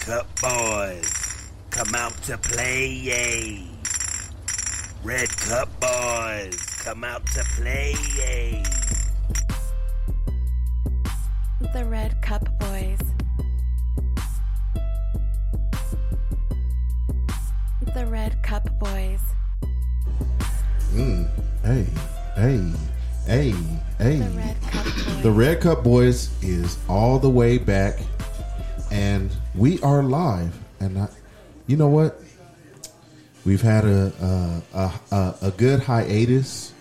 Cup boys, come out to play, yay. Red Cup boys, come out to play, yay. The Red Cup Boys. The Red Cup Boys. Mm. Hey, hey, hey, hey. The Red Cup Boys. The Red Cup Boys is all the way back, and we are live. And I, you know what? We've had a a, a, a, a good hiatus,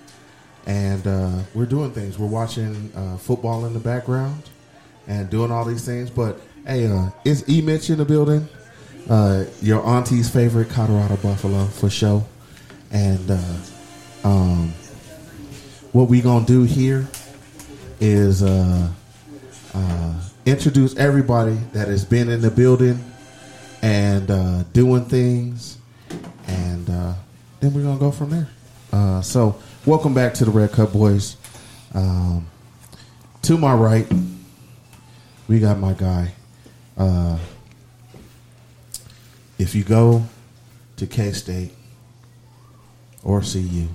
and uh, we're doing things. We're watching uh, football in the background, and doing all these things. But hey, uh, is E Mitch in the building? Uh, your auntie's favorite Colorado Buffalo for show, and uh, um, what we gonna do here is uh, uh, introduce everybody that has been in the building and uh, doing things, and uh, then we're gonna go from there. Uh, so, welcome back to the Red Cup Boys. Um, to my right, we got my guy. Uh, if you go to K State or CU,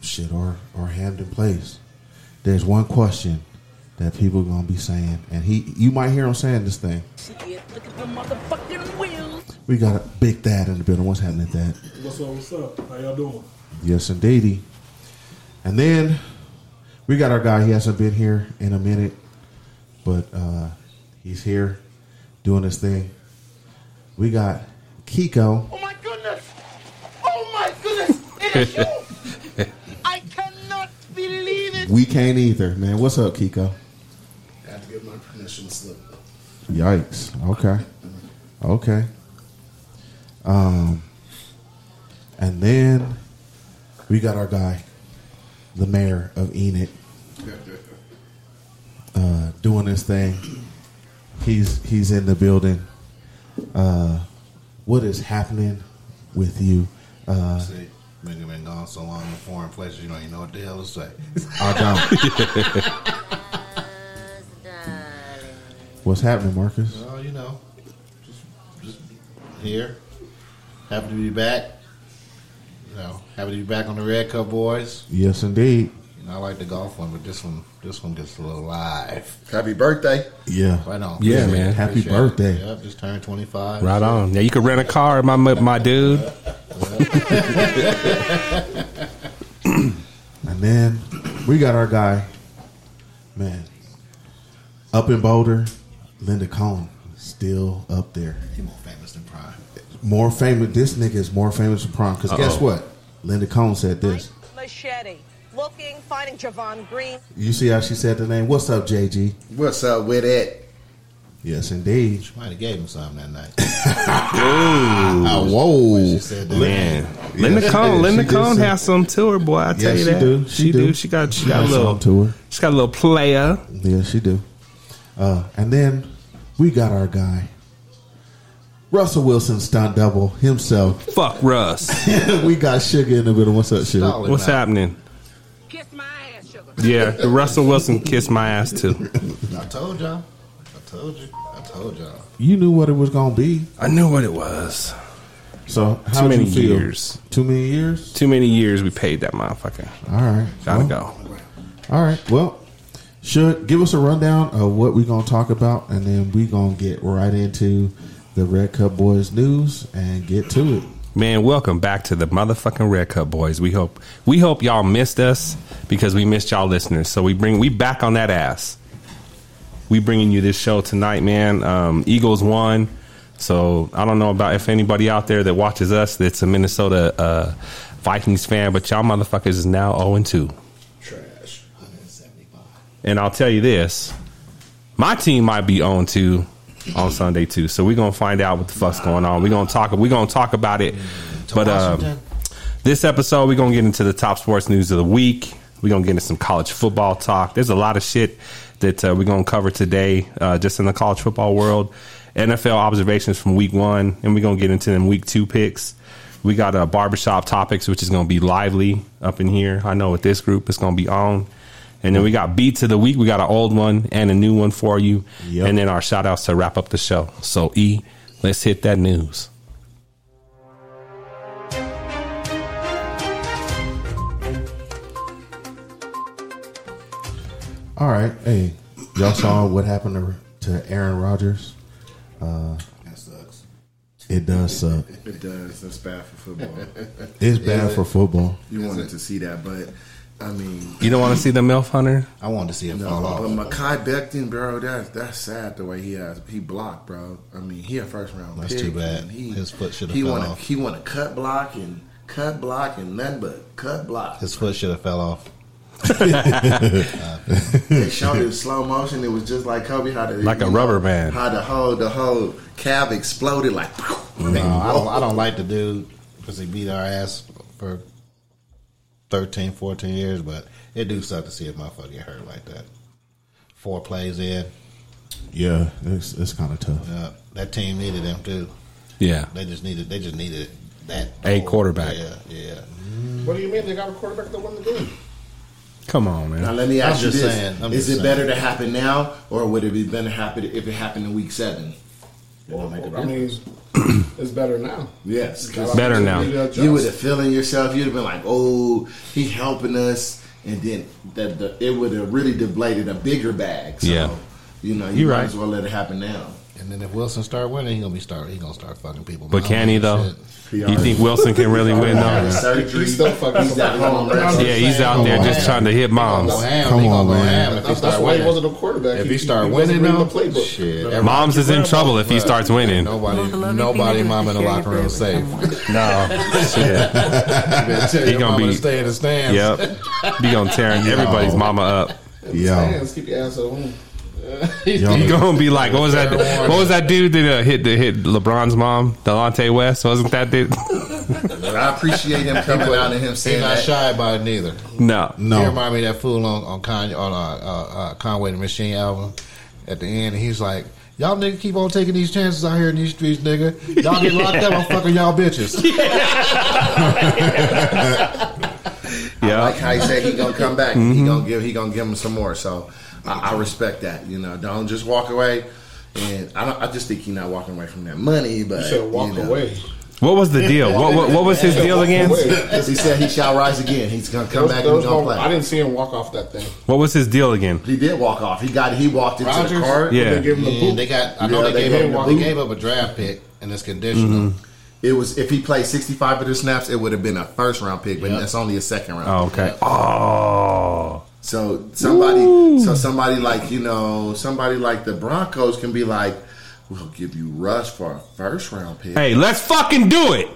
shit, or or Hampton Place, there's one question that people gonna be saying, and he, you might hear him saying this thing. Look at the motherfucking wheels. We got a big dad in the building. What's happening, dad? What's up? What's up? How y'all doing? Yes, indeedy. And then we got our guy. He hasn't been here in a minute, but uh, he's here doing his thing. We got Kiko. Oh my goodness! Oh my goodness! It is you! I cannot believe it! We can't either, man. What's up, Kiko? had to give my permission slip. Yikes. Okay. Okay. Um, and then we got our guy, the mayor of Enid, uh, doing his thing. He's he's in the building. Uh, what is happening with you? Uh, See, nigga been gone so long in foreign places, you don't even know what the hell to say. I don't. What's happening, Marcus? Well, you know, just, just here. Happy to be back. You know, happy to be back on the Red Cup Boys. Yes, indeed. You know, I like the golf one, but this one, this one gets a little live. Happy birthday. Yeah. Right on. Yeah, Appreciate man. it. Happy Appreciate it. birthday. Yep, just turned twenty five. Right on. Yeah, you can rent a car, my mu- my dude. And then we got our guy, man, up in Boulder, Linda Cohn, still up there. He more famous than Prime. More famous, this nigga is more famous than Prime. Because guess Uh-oh. what? Linda Cohn said this. Machete. Looking, finding Javon Green. You see how she said the name? What's up, JG? What's up with it? Yes, indeed. Might have gave him something that night. Oh, whoa. She said that. Man, she Linda did. Cohn, She Linda did Cohn say- has some to her, boy. I tell Yeah, you she that. do. She She, do. do. She got. She She got a has little. some to her. She got a little player. Yes, she do. Uh, and then we got our guy, Russell Wilson, stunt double himself. Fuck Russ. we got Sugar in the middle. What's up, Sugar? Solid What's night. happening? Kiss my ass, sugar. Yeah, the Russell Wilson kissed my ass too. I told y'all. I told you. I told y'all. You knew what it was going to be. I knew what it was. So how many you feel? years. Too many years. Too many years we paid that motherfucker. All right. Gotta Well, go. All right. Well, should give us a rundown of what we're gonna talk about, and then we gonna get right into the Red Cup Boys news and get to it. Man, welcome back to the motherfucking Red Cup boys. We hope we hope y'all missed us because we missed y'all listeners. So we bring we back on that ass. We bringing you this show tonight, man. Um, Eagles won. So I don't know about if anybody out there that watches us that's a Minnesota uh, Vikings fan, but y'all motherfuckers is now 0 2. Trash. 175. And I'll tell you this, my team might be on two on Sunday too. So we're gonna find out what the fuck's going on. We're gonna talk. We're gonna talk about it. But um, Washington. this episode, we're gonna get into the top sports news of the week. We're gonna get into some college football talk. There's a lot of shit that uh, we're gonna cover today, uh, just in the college football world. NFL observations from week one, and we're gonna get into them week two picks. We got uh, barbershop topics, which is gonna be lively up in here. I know with this group, it's gonna be on And then we got beats of the week. We got an old one and a new one for you. Yep. And then our shout outs to wrap up the show. So, E, let's hit that news. All right, hey, y'all saw what happened to, to Aaron Rodgers? That sucks. It does suck. It does. That's bad for football. It's bad for football. You wanted to see that, but I mean, You don't want to see the MILF Hunter? I wanted to see it fall no. But off. Makai Becton, bro, that's that's sad the way he has he blocked, bro. I mean, he a first round. That's pick, too bad. and He, His foot should have He fell want off. he want to cut block and cut block and nothing but cut block. His foot should have fell off. they showed it in slow motion. It was just like Kobe how the Like a you know, rubber band. How the whole the whole calf exploded like. No, I don't, I don't like the dude because he beat our ass for 13, 14 years, but it do suck to see a motherfucker get hurt like that. Four plays in. Yeah, it's, it's kind of tough. Uh, that team needed them too. Yeah. They just needed. They just needed that A quarterback. Yeah, yeah. What do you mean they got a quarterback that won the game? Come on, man. Now let me I'm ask you just this: saying, I'm Is just it better to happen now, or would it be better happen if it happened in week seven? Well, I mean, it's, it's better now. Yes, 'cause Better now. you would have feeling yourself. You'd have been like, "Oh, he helping us," and then the, the, it would have really deflated a bigger bag. So, Yeah. you know, you You might right. as well let it happen now. And then if Wilson start winning, he gonna be start. He gonna start fucking people. But I can he, don't though? give a shit. You think Wilson can really win, Having though? surgery, He's still fucking- He's at home resting. Yeah, he's out there just trying to hit moms. Go ham. Come He on, gonna go man. ham if he That's, that's start why he winning. wasn't a quarterback. If he start wasn't winning, reading though, the playbook. shit. Moms is in trouble if he starts winning. Nobody, nobody, mom in the locker room is safe. No. Shit. he gonna gonna be- be stay in the stands. Yep. Be gonna tear everybody's mama up. Yeah, Hands, keep your ass at home. You y'all, gonna be like, what was that? What was that dude that uh, hit that hit LeBron's mom, Delonte West? Wasn't that dude? But I appreciate him coming out and him He's saying not that. shy about it neither. No. He no, remind me of that fool on on, Kanye, on uh, uh, uh, Conway the Machine album. At the end, he's like, "Y'all niggas keep on taking these chances out here in these streets, nigga. Y'all get locked up, I'm fucking y'all bitches." Like Yeah. how he said he gonna come back. Mm-hmm. He gonna give. He gonna give him some more. So I, I respect that. You know, don't just walk away. And I don't. I just think he's not walking away from that money. But You should walk know. away. What was the deal? What what, what was his deal again? Wait, Because he said he shall rise again. He's gonna come those- back and those he's gonna don't- play. I didn't see him walk off that thing. What was his deal again? He did walk off. He got. He walked into the Rodgers? car. Yeah. They gave him the Yeah, boot. they got. I know they, Yeah, they gave gave him. him the they boot. gave up a draft pick, and it's conditional. It was if he played sixty five of the snaps, it would have been a first round pick, but Yep. that's only a second round. Oh, pick. okay. Oh. So somebody, so somebody like you know, somebody like the Broncos can be like, "We'll give you Rush for a first round pick." Hey, let's fucking do it.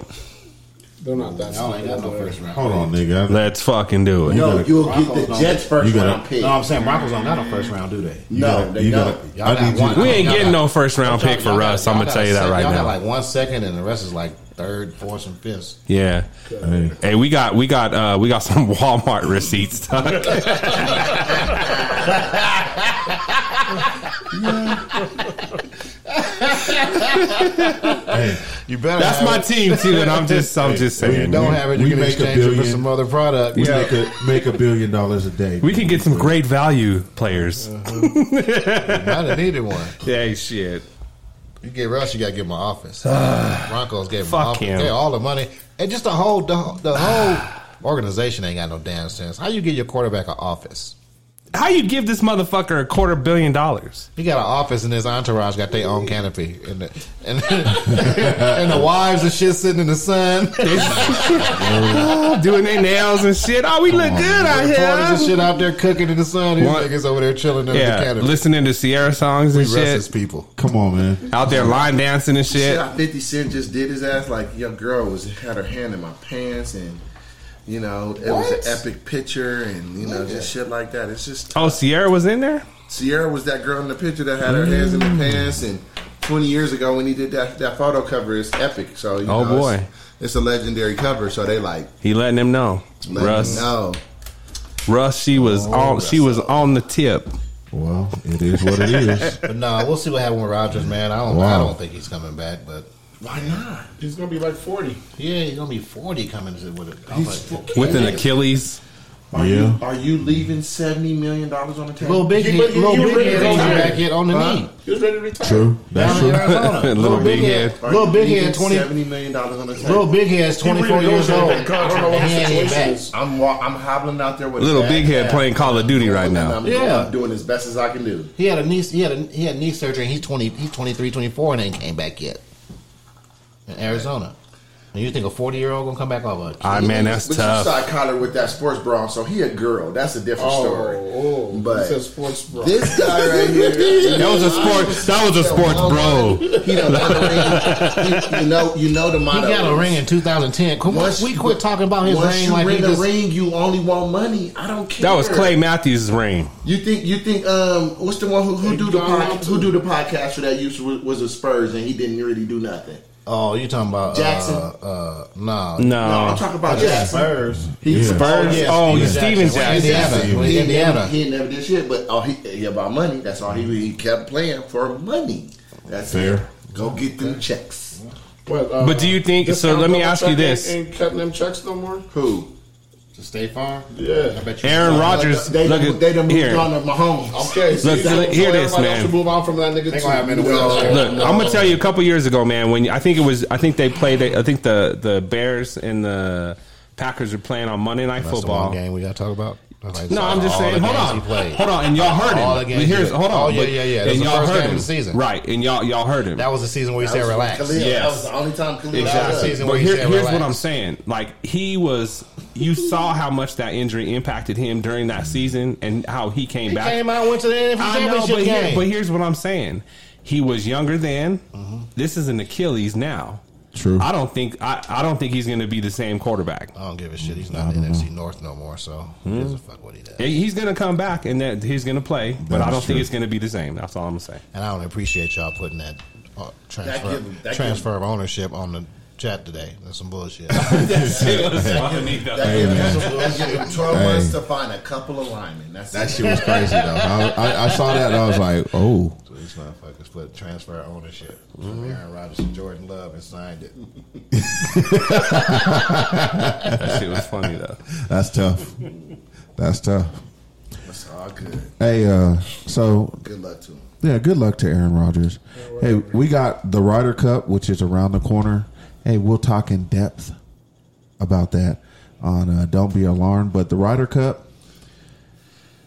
They're not that Y'all ain't got no stupid. first round. hold on, nigga. I- Let's fucking do it. no, you'll Broncos get the don't- Jets first you gotta- round pick. No, I'm saying Broncos don't got no first round, do they? You No, gotta, they you don't. gotta- Y'all I got need you. one- to- We ain't y'all getting got- no first round y'all- pick for y'all got- Russ. I'm y'all gonna got tell you that second- right y'all got now. like one second, and the rest is like third, fourth, and fifth. Yeah. Hey, Hey, we got we got uh we got some Walmart receipts. Tuck. You better. That's my team too, and I'm just I'm just If you saying. don't have it, you we can make a exchange it for billion. some other product. we make a make a billion dollars a day. We can get some great value players. I done needed one. Hey, Uh-huh. shit. You get Rush, you got to give him an office. Broncos gave him Fuck an office. him. They all the money. And just the whole the, the whole organization ain't got no damn sense. How you get your quarterback an office? How you give this motherfucker a quarter billion dollars? He got an office, and his entourage got their own canopy, and the, and, and the wives and shit sitting in the sun. Oh, doing their nails and shit. Oh, we look good out Reporters and here. shit out there cooking in the sun. These What? niggas over there chilling under the Yeah, canopy. listening to Sierra songs we and restless shit. people. Come on, man. Out there line dancing and Shit, shit. how Fifty Cent just did his ass like your girl was had her hand in my pants, and you know it was What? an epic picture, and you know just shit like that. It's just Oh, Sierra was in there. Sierra was that girl in the picture that had her hands in the pants, and 20 years ago when he did that, that photo cover is epic. So you Oh, know, boy. it's, it's a legendary cover. So they like He letting him know. let Russ, No, Russ, she was on. She was on the tip. Well, it is what it is. But no, we'll see what happens with Rogers, man. I don't. I Wow. don't think he's coming back, but. why not? He's gonna be like forty. Yeah, he's gonna be forty coming to with it. I'm like, with an Achilles. Are Yeah. you are you leaving seventy million dollars on the table? Lil Biggie- but Lil were ready Biggie to ain't retire. back yet on the knee. He was ready to retire. True. That's Down in true. Arizona. Little Big Head. Are Little you Big leaving Head, 20 seventy million dollars on the table. Little Big Head's He 24 years renegotiated old. that contract. I don't know what And he the ain't situation back. is. I'm wa- I'm hobbling out there with a Little bad Big Head back. playing Call of Duty right now. I'm, Yeah. I'm doing as best as I can do. He had a knee. He had a, he had knee surgery. And he's twenty. He's 23, 24 and ain't came back yet. In Arizona, and you think a forty year old gonna come back off a? Ah, man, that's but tough. you saw Kyler with that sports bra, on, so he a girl. That's a different Oh, Oh, story. but sports bro. this guy right here, That was a sport. That was a sports bro. he done got a ring. You know, you know the He motto. got a ring in two thousand ten. Come on, Once- we quit talking about his Once ring you like he ring a just. ring, you only want money. I don't care. That was Clay Matthews' ring. You think you think um what's the one who, who do the pod, who do the podcast for that used to was, was a Spurs and he didn't really do nothing. Oh, you talking about Jackson. Uh, uh, no, No, No, Uh, I'm talking about Jackson. Spurs. He Yeah. Spurs. Oh, Steven Steven When Jackson. Indiana. When He ain't, never, Indiana. he ain't never did shit, but all he, he about money. That's all he he kept playing for money. That's Fair. it. Go get them checks. But, uh, But do you think- this so let me ask you Belichick this. Ain't, ain't cutting them checks no more. Who? To State Farm. Yeah. I bet you. Aaron Rodgers. They Look done, at they done moved here. on to Mahomes. Okay, so Look, you know, look, so hear this, everybody else man. should move on from that nigga. They too. gonna have him in the No. wheelchair. Look, I'm gonna tell you a couple years ago, man. When I think it was, I think they played. I think the the Bears and the Packers were playing on Monday Night That's the Football. one game we gotta talk about. Like, No, I'm just all saying. the Hold games he on, played. hold on, and y'all heard him. All the games But here's, he- hold on. Oh, yeah, but- yeah, yeah. That And was the y'all first heard game of him the season. right? And y'all y'all heard him. That was the season where you said relax. Khalil, That Yes. was the only time Khalil That was the exactly. season But where he here- said here's relax. what I'm saying. Like he was, you saw how much that injury impacted him during that season, and how he came He back. came out, went to the NFL I know, championship but, here- game. but here's what I'm saying. He was younger then. Mm-hmm. This is an Achilles now. True. I don't think I, I don't think he's going to be the same quarterback. I don't give a shit. He's not in the NFC North no more, so who gives a fuck what he does. He's going to come back and that he's going to play, but That I is don't think true. it's going to be the same. That's all I'm going to say. And I don't appreciate y'all putting that uh, transfer give him- that transfer of ownership on the chat today. That's some bullshit. It was funny, though. That gave him- that gave him twelve Hey. months to find a couple of linemen. That's That it. shit was crazy though. I, I, I saw that and I was like, oh, So These motherfuckers put transfer of ownership from Aaron Rodgers to Jordan Love and signed it. That shit was funny though. that's tough. That's tough. That's all good. Hey, uh, so Good luck to him. yeah, good luck to Aaron Rodgers. Hey, we got the Ryder Cup, which is around the corner. Hey, we'll talk in depth about that on uh, Don't Be Alarmed. But the Ryder Cup,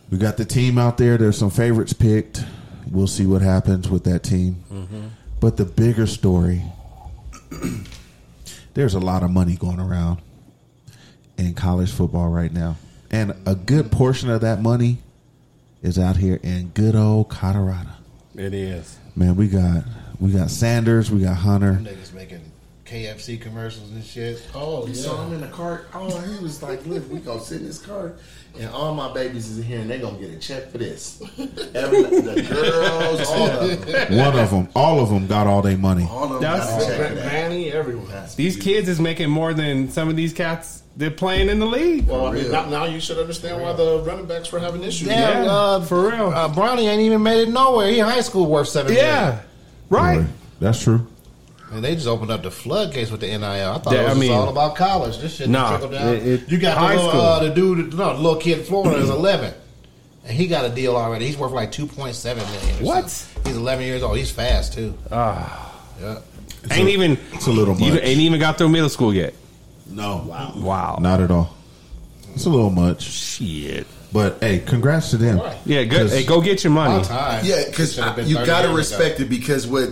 we got the team out there. There's some favorites picked. We'll see what happens with that team. But the bigger story, there's a lot of money going around in college football right now, and a good portion of that money is out here in good old Colorado. It is. Man, we got we got Sanders, we got Hunter. Niggas making KFC commercials and shit. Oh, you saw him in the cart. Oh, he was like, "Look, we gonna sit in this cart, and all my babies is in here, and they gonna get a check for this." Every, the girls, all of them, One of them, all of them got all their money. all of them got That's- a check Man- for that. Manny, everyone. These kids is making more than some of these cats that playing in the league. Well, I mean, now, now you should understand why the running backs were having issues. Damn, Yeah, uh, for real. Uh, Brownie ain't even made it nowhere. He in high school worth seven. million. yeah, right. That's true. And they just opened up the floodgates with the NIL. I thought Yeah, it was I just mean- all about college. This shit Nah, trickled down. it- it- you got the high little, school. Uh, the dude, no, the little kid in Florida is eleven, and he got a deal already. He's worth like two point seven million. or What? Ah. something. He's eleven years old. He's fast too. yeah. ain't even It's a little you much. ain't even got through middle school yet. No, wow, Wow. not at all. It's a little much, Shit. but hey, congrats to them. Yeah, good. 'Cause- Hey, go get your money. About time. Yeah, because Should've been you 30 gotta years respect ago. it because what,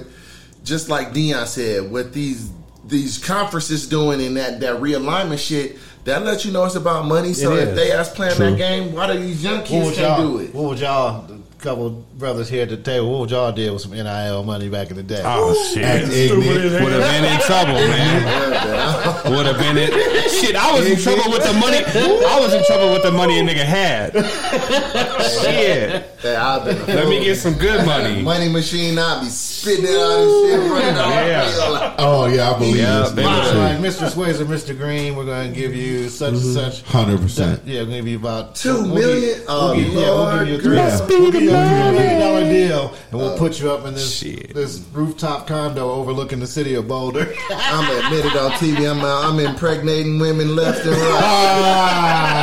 just like Dion said, what these these conferences doing in that that realignment shit, that lets you know it's about money. So It if is. they ask playing True. that game, why do these young What kids would can't y'all? do it? What would y'all? A couple brothers here at the table. What would y'all did with some NIL money back in the day? Oh shit! Act ignorant. Would have been in trouble, man. Would have been in shit. I was in trouble with the money. I was in trouble with the money a nigga had. Shit. Hey, I've been a Let me get some good fool. money. money machine. I'll be spitting it out and shit in front of the Yeah. whole field. Oh yeah, I believe Yeah, this. they man, were too. Like Mr. Swayze and Mr. Green, we're going to give you such and such. Mm-hmm. 100%. Yeah, we're going to give you about Two we'll give- million? We'll give, Oh, yeah, we'll give you a Lord, three. let's We'll give you a three million dollar deal, and we'll put you up in this shit. this rooftop condo overlooking the city of Boulder. I'm admitted on TV. I'm uh, I'm impregnating women left and right. Ah,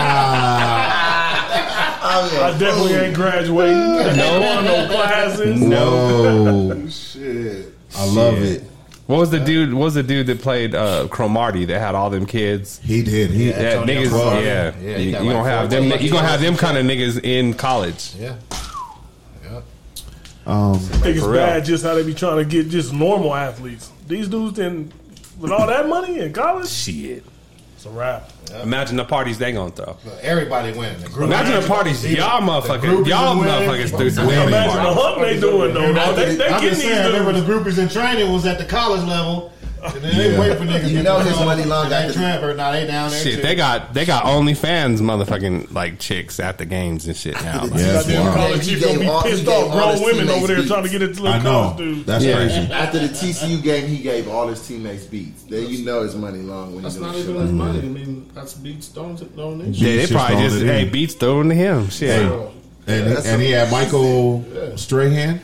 I definitely ain't graduating. no, no classes. No. Shit. I love it. Shit. What was the dude? What was the dude that played uh, Cromarty that had all them kids? He did. He- yeah, that Antonio niggas. Cromarty. Yeah, Yeah, he you, got you like gonna 14 have them. You gonna kids. have them kind of niggas in college. Yeah. Yeah. Um, think it's For real. bad just how they be trying to get just normal athletes. These dudes then with all that money in college, shit, it's a wrap. Imagine the parties they gonna throw. Everybody winning. Imagine the parties y'all motherfuckers, y'all motherfuckers threw. Imagine the hump they doing though. dog. They, they I'm getting just these saying, dudes. remember the groupies in training was at the college level. And then Yeah. they wait for niggas. You to know come his home, money long and they got to- transfer. Now they down there. Shit, too. they got they got OnlyFans motherfucking like chicks at the games and shit now. Like, Yeah. Goddamn Wow. college He chief gonna gave be all- he pissed gave off. all his Grown women teammates over there beats. trying to get into I little know. college dudes. That's Yeah. crazy. After the TCU game, he gave all his teammates beats. There you know his money long when he That's not doing shit even like his that. money. I mean, that's beats don't don't need. yeah, they Just probably throwing just it in. hey beats thrown to him. Shit, Hey, and, that's and he had Michael Strahan.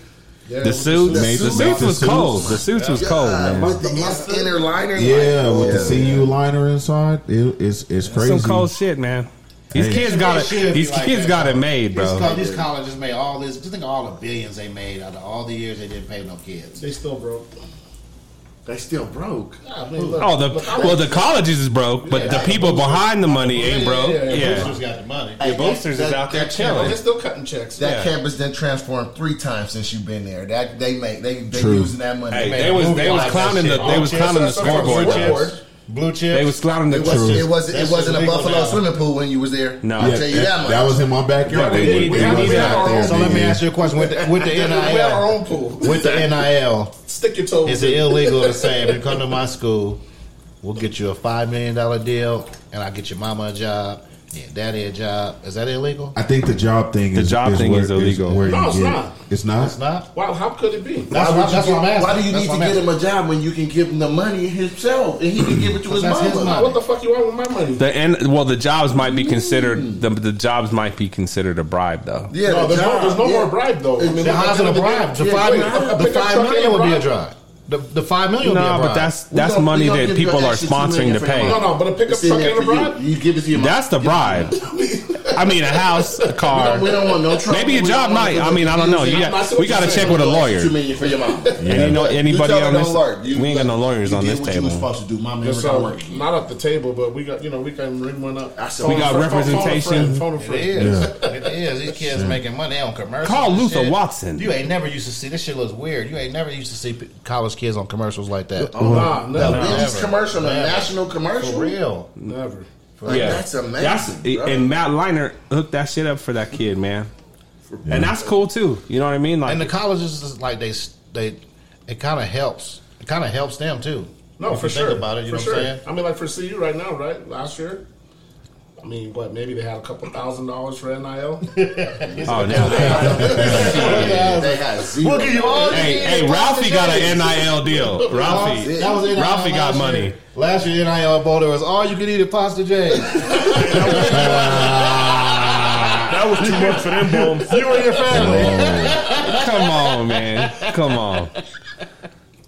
Yeah, the suits, Made the the- suits the was suits. cold. The suits was cold, man. With the yes, inner liner, like, Yeah, with yeah. the CU liner inside, it, it's it's crazy. Some cold shit, man. These Hey. kids got it. should be These like kids that, got though. it made, These, bro. co- these colleges made all this. Just think of all the billions they made out of all the years they didn't pay no kids. They still broke. They still broke. I mean, look, Oh, the look, I well, was- the colleges is broke, but the people behind the money ain't broke. yeah, yeah. Yeah, Boosters got the money. the boosters is out there they're chilling. still cutting checks. That Yeah. campus then transformed three times since you've been there. That they make they they True. using that money. Hey, made they a was- movie they was out of that clowning shit. the- they was clowning the scoreboard, Blue chips. chips. Blue chips. They was clowning the It was- truth. It wasn't it That's wasn't a illegal Buffalo now. swimming pool when you was there. No. I'll Yeah, tell you that, that, much. that was in my backyard. Yeah, we- They- we- they we- was we- out there, So let me nigga. ask you a question. With the, with the We have our own NIL, pool. with the NIL, Stick your toes. is it illegal to say if you come to my school, we'll get you a five million dollar deal, and I get your mama a job, your daddy a job? Is that illegal? I think the job thing The is job is thing where, is illegal. where No, you it's get- not. It's not. It's not. Wow, how could it be? That's why, what- would you, that's what I'm asking. why do you That's what need to I'm get asking. him a job when you can give him the money himself and he can give it to his That's mama? his money. What the fuck you want with my money? The end. Well, the jobs might be considered. The, the jobs might be considered a bribe, though. Yeah, No, the there's no- job, there's no yeah. more bribe, though. I mean, It's- the How's it a bribe? The Yeah, five, wait, a the pickup five truck million ain't a would be a bribe. drive. The, the five million would be a No, bribe. but that's that's We gonna- money we gonna that give you people an are extra $2 million sponsoring to for your pay. No, no, but a pickup It's in truck there ain't a for you. bribe. You give it to your mama. That's the bribe. I mean, a house, a car. We don't want no trouble. Maybe a We job don't want might. I no mean, I don't know. You I'm not got, sure we what got to you're check saying. with a Two lawyer. million for your mama. And ain't no anybody You tell on her this. don't work. You- we ain't got no lawyers you on did this what You was table. supposed to do, my man. Just, We're uh, not working. not at the table, but we got you know we can ring one up. I said, Phone We a got friend- phone- phone a representation. friend, Phone a It friend. is. it is. These kids making money on commercials. Call and Luther shit. Watson. You ain't never used to see this shit looks weird. You ain't never used to see p- college kids on commercials like that. Uh-uh. Nah, No, never, Biggest never. commercial, a Never. national commercial. For real. never. Like, That's amazing. bro. and Matt Liner hooked that shit up for that kid, man. And that's cool too. You know what I mean? Like, And the colleges is like they s- they it kind of helps. It kind of helps them too. No, If for you sure. Think about it. You for know sure. what I'm saying? I mean, like for CU right now, right? Last year, I mean, what? Maybe they had a couple thousand dollars for nil. oh, now, They had zero. Look at you Oh, all. hey, hey, Ralphie got an NIL deal. Ralphie, That was NIL Ralphie got last money. year. Last year, NIL Boulder was all you could eat at Pasta J's. That was too much for them bums. you and your family. Come on, man. Come on.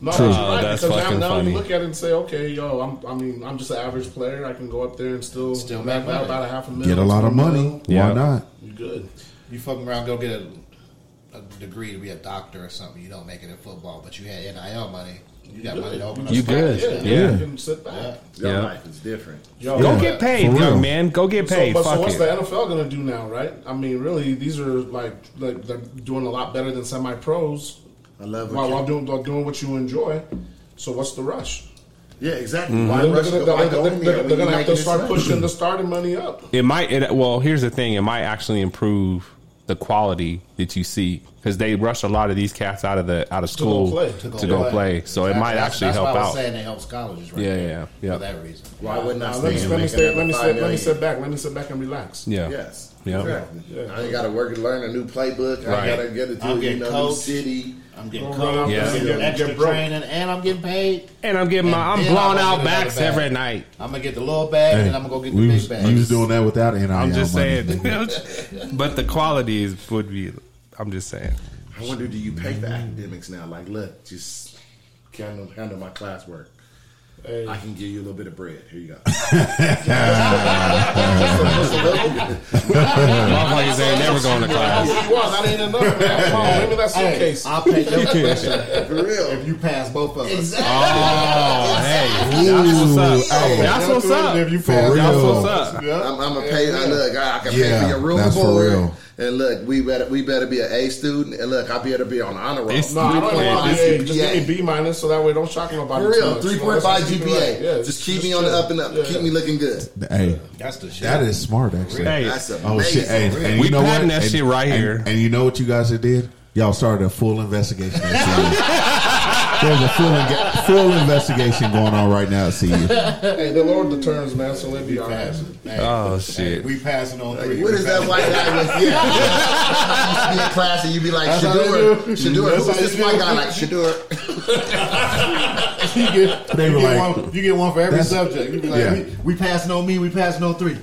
No, True. that's Oh, right. that's because now, fucking now funny. you look at it and say, okay, yo, I'm, I mean, I'm just an average player. I can go up there and still Still knock make out money. about a half a million. Get a lot of money. Yeah. Why not? You good? You fucking around, go get a, a degree to be a doctor or something. You don't make it in football, but you had NIL money. You got money to open up. You a good. Yeah, practice. Yeah. You can sit back. Your Yeah. life is different. Yo, Go yeah. get paid, For young real. man. Go get paid. So, but so Fuck what's it. the NFL going to do now, right? I mean, really, these are like, like they're doing a lot better than semi pros I love while, while it. doing while doing what you enjoy. So what's the rush? Yeah, exactly. Mm-hmm. Why They're rush going the- why go in there when to you're have to making start this pushing the starting money up. It might. It, well, here's the thing. It might actually improve the quality that you see because they rush a lot of these cats out of the out of go school play. to go play. So it Exactly. might That's- actually that's help why I was out. saying it helps colleges, right? Yeah, there, yeah, yeah. For that reason. Why wouldn't I Now, let me stay let me stay let me sit let me sit back. back let me sit back and relax. Yeah. Yes. Yeah. Exactly. I ain't got to work and learn a new playbook. I Right. got to get it to I'm you getting know new coached. city. I'm getting Go cold. around, Yeah. I'm get- getting extra get broke. training, and I'm getting paid. And I'm getting my. And I'm then I'm blown gonna out get another backs bag. every night. I'm gonna get the little bag, and Hey, then I'm gonna go get we the was, big bag. you was doing that without NIL. I'm just money. saying. but the quality is would be. I'm just saying. I wonder, do you pay for academics now? Like, look, just handle, handle my classwork. I can give you a little bit of bread. Here you go. Motherfuckers ain't never going to class. I didn't know. Come on, give me that suitcase. I'll pay your question for real if you pass both of us. Oh, hey. That's what's up. Hey, That's what's up. If you For pass, real. that's what's up. I'm, I'm a pay. I look, I, I can pay Yeah, for your room and that's for board. real. And look, we better we better be an A student. And look, I better be on the honor roll. It's- No, I don't know Three point why. Hey, just GPA. give me B minus so that way don't shock nobody. For too real, much. three You know, point five that's- GPA. Yeah, just keep me on the up and up. yeah. Keep me looking good. Hey, That's the shit. that is smart, actually. Hey, That's amazing. Oh shit! Hey, and We you know what? patent that And- shit right and- here. And you know what you guys did? Y'all started a full investigation. At CU. There's a full inga- full investigation going on right now at CU. Hey, the Lord determines, man. So let me be honest. Uh, Oh, shit. We passing on Like, three. what We is that passing- white guy with? Yeah, you be in class and you be like Shadur, Shadur. Who's this white guy like Shadur? You get, They you were get like- one, you get one for every That's- subject. You be like, yeah. we, we passing on me, we passing on three.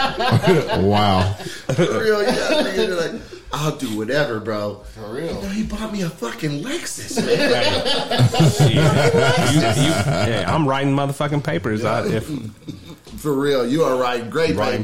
wow. For real, yeah. nigga, they're like, I'll do whatever, bro. For real. Yo, he bought me a fucking Lexus, man. Shit. You- you- yeah, I'm writing motherfucking papers. I, if For real, you are writing great writing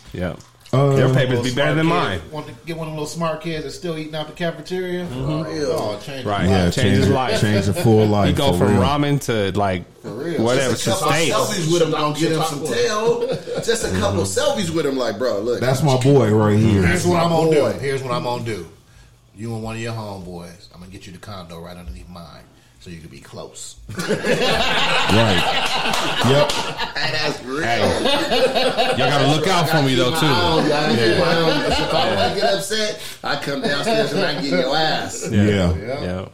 papers, yeah, Uh, their papers Little be smart better than kid. mine. Want to get one of those little smart kids that's still eating out the cafeteria? Oh, oh, change Right. it. Yeah, Change his it- life. Change the full life. You go for from real. ramen to like real. whatever Just a couple sustain. selfies with him don't get him some tail. Just a couple selfies with him, like, bro, look. That's my boy right here. Here's what I'm gonna Boy. do. Here's what I'm gonna do. You and one of your homeboys. I'm gonna get you the condo right underneath mine, so you can be close. Right. Yep. that's real. Y'all gotta look out for me though Oh, too. yeah, I get my own. If I wanna get upset, I come downstairs and I get your ass. Yeah. Uh,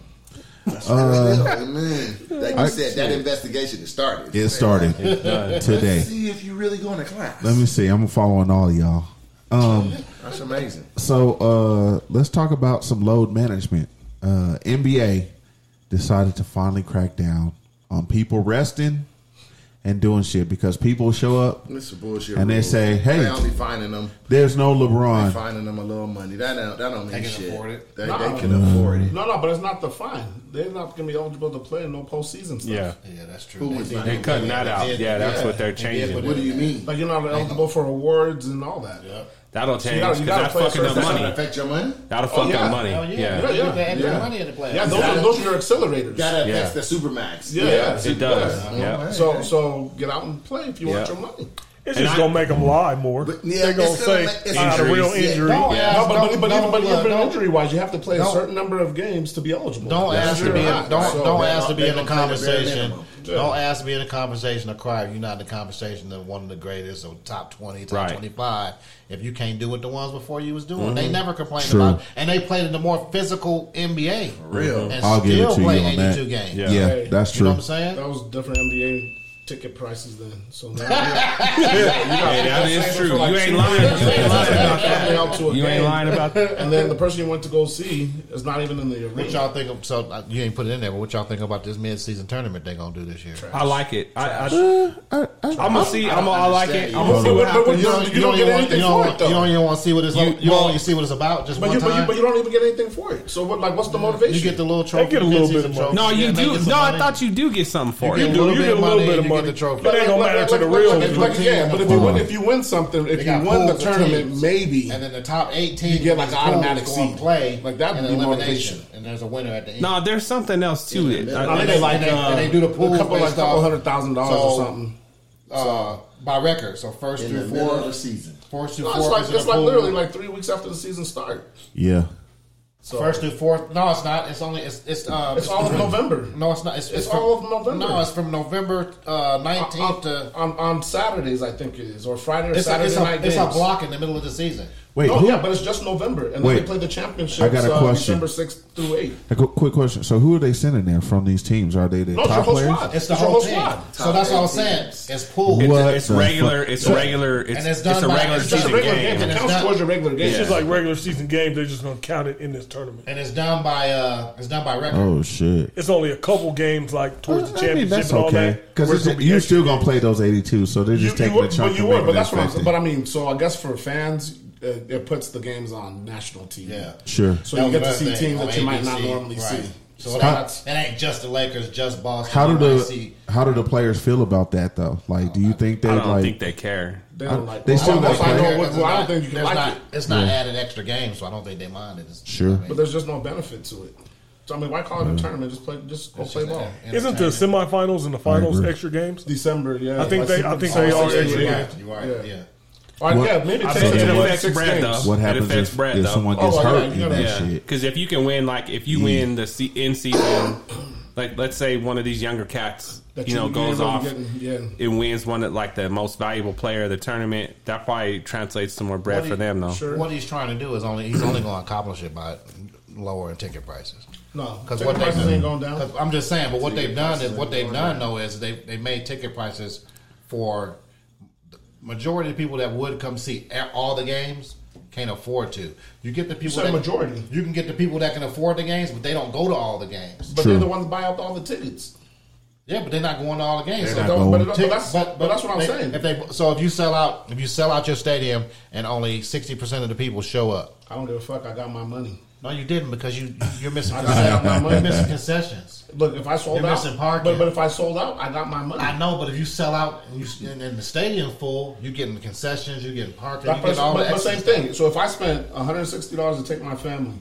Yeah, Really, man. Like you I- said, that investigation has started. It started today. See if you really going to class. Let me see. I'm following all y'all. Um, That's amazing. so uh, let's talk about some load management. Uh, NBA decided to finally crack down on people resting and doing shit because people show up. This is bullshit. And they rules. say, hey. they only finding them, There's no they LeBron. finding them a little money. That don't, that don't mean They can shit. afford it. They, No. they can afford it. No, no, but it's not the fine. They're not going to be eligible to play in no postseason stuff. yeah. Yeah, that's true. Who was did- that? They cutting that out. Yeah, that's what they're changing. What do you mean? Like you're not eligible for awards and all that. Yep. That'll you change gotta- because you gotta that's play a fucking up certain money. amount Affect your money? That'll fuck yeah. up money. Hell yeah. Yeah, You have to add that money in the playoffs. Yeah, those are those are your accelerators. That Yeah. affects the supermax. Yeah, yeah. it does. Yeah. So so get out and play if you want Yeah. your money. It's And just I- gonna make them lie more. But, yeah, They're gonna it's gonna say make- it's I had a real injuries, yeah. injury. Don't ask- No, but, don't- but, don't but, but look, even don't- injury wise, you have to play a don't- certain number of games to be eligible. Don't ask to be in, Right. don't don't So- ask to be in the gonna play the bare conversation. minimum. Don't ask to be in the conversation of cry. if You're not in the conversation of one of the greatest or top twenty, top Right. twenty five. If you can't do what the ones before you was doing, they never complained Mm-hmm. True. about. It. And they played in the more physical NBA, for real. and Mm-hmm. I'll give it still to you played on eighty that. two games. Yeah. Yeah, that's You true. know what I'm saying? That was different NBA ticket prices then. So now Hey, that is true. You ain't lying. You ain't lying about that. You ain't lying about that. And then the person you went to go see is not even in the What arena. y'all think? Of, so uh, you ain't put it in there, but what y'all think about this mid season tournament they gonna do this year? I like it. I, I, am gonna see. I'm gonna I like it. I'm gonna see what But happens. you don't, you don't get even want- anything you don't for want- it though. You don't even want to see what it's. You- You, well- don't even see what it's about. Just but, one you, but, you, time. but you don't even get anything for it. So what? Like, what's the motivation? You get the little They trophy. get a little midseason bit of money. trophy. No, you Yeah, they do. get some No, I money. thought you do get something for get it. You do. little You bit get a of little money bit of and you get money. the trophy. But it ain't gonna matter to the real Like, people. like, yeah, but if you Hold win, on. if you win something, if They you got win the pools of tournament, teams. maybe. And then the top eight teams You get, like, in an these pools automatic go and seed. play. Like, that would and be elimination. motivation. And there's a winner at the end. No, there's something else to it. Yeah. I- I think they like uh, And they- and they do the pool a couple like based couple off- hundred thousand dollars So, or something. uh, by record. So first In the through middle four, of the season. first through No, four. it's like is in a it's like pool. literally like three weeks after the season start. Yeah. So first through fourth. No, it's not. It's only it's it's um it's all of November. No, it's not. It's, It's from- all of November. No, it's from November uh, nineteenth to. on, on Saturdays, I think it is, or Friday or It's a, Saturday it's, night a, it's a games. block in the middle of the season. Wait, no, who, yeah, but it's just November, and Wait. then they play the championship. I got a question. December sixth through eighth. a qu- quick question. So who are they sending there from these teams? Are they the No, it's your top whole players? squad. It's the It's your whole whole team. squad. So Top that's what I'm eight saying. teams. It's pool. It's, What it's the regular. It's regular. It's, And it's it's, done a by- regular it's done season by- Regular game And game. it it's counts not- towards your regular game. It's just like regular season games. They're just gonna count it in this tournament. and it's done by uh, it's done by record. Oh shit. It's only a couple games like towards the I mean, championship that's and all okay that. where because it's gonna be you're extra still gonna play those 82, so they're You, just you taking would, a chunk. but you and would, making but that that's what I'm. 50. But I mean, so I guess for fans, uh, it, it puts the games on national TV. Yeah, Sure. So That you get to was see another thing Oh, teams on that you might not ABC, normally right. see. So it How- ain't, it ain't just the Lakers, just Boston. How do You might the how do the players feel about that though? Like, do you think they I don't like? think they care. They don't like- They still don't like- well, It's well, I don't not- think you can there's like not, it. It's not Yeah. added extra games, so I don't think they mind it. It's- Sure. but there's just no benefit to it. So I mean, why call Mm-hmm. it a tournament? Just play, just go play ball. Isn't the semifinals and the finals extra games? December, yeah. I think Like December they, I think they are sixth, extra yeah. games. You are, yeah. All right, What- yeah, maybe I take think it it to affects six Brad games. though. What happens it affects if- Brad if though. someone gets Oh, yeah, hurt you in gotta- that Yeah, shit? because if you can win, like if you win the se- in season, like let's say one of these younger cats, That you know, you- you goes ain't really off, getting- yeah. it wins one of like the most valuable player of the tournament. That probably translates to more bread What for he- them though. What he's trying to do is only he's only going to accomplish it by lowering ticket prices. No, because ticket what they prices ain't going down. I'm just saying, but what Ticket they've done prices is what ain't they've going done down. though is they they made ticket prices for the majority of the people that would come see a- all the games can't afford to. You get the people said that majority. You can get the people that can afford the games, but they don't go to all the games. But they're the ones that buy up all the tickets. Yeah, but they're not going to all the games. They're not So don't- going. but, But- but tick- that's- but that's what I'm they- saying. If they so if you sell out if you sell out your stadium and only sixty percent of the people show up. I don't give a fuck. I got my money. No, you didn't because you you're missing I got my concessions. money. You're missing concessions. Look, if I sold You're out, missing parking. But, but if I sold out, I got my money. I know, but if you sell out and, you, and, and the stadium's full, you're getting concessions, you're getting parking, That you're person- getting all but, the but extra same thing. So if I spent one hundred sixty dollars to take my family,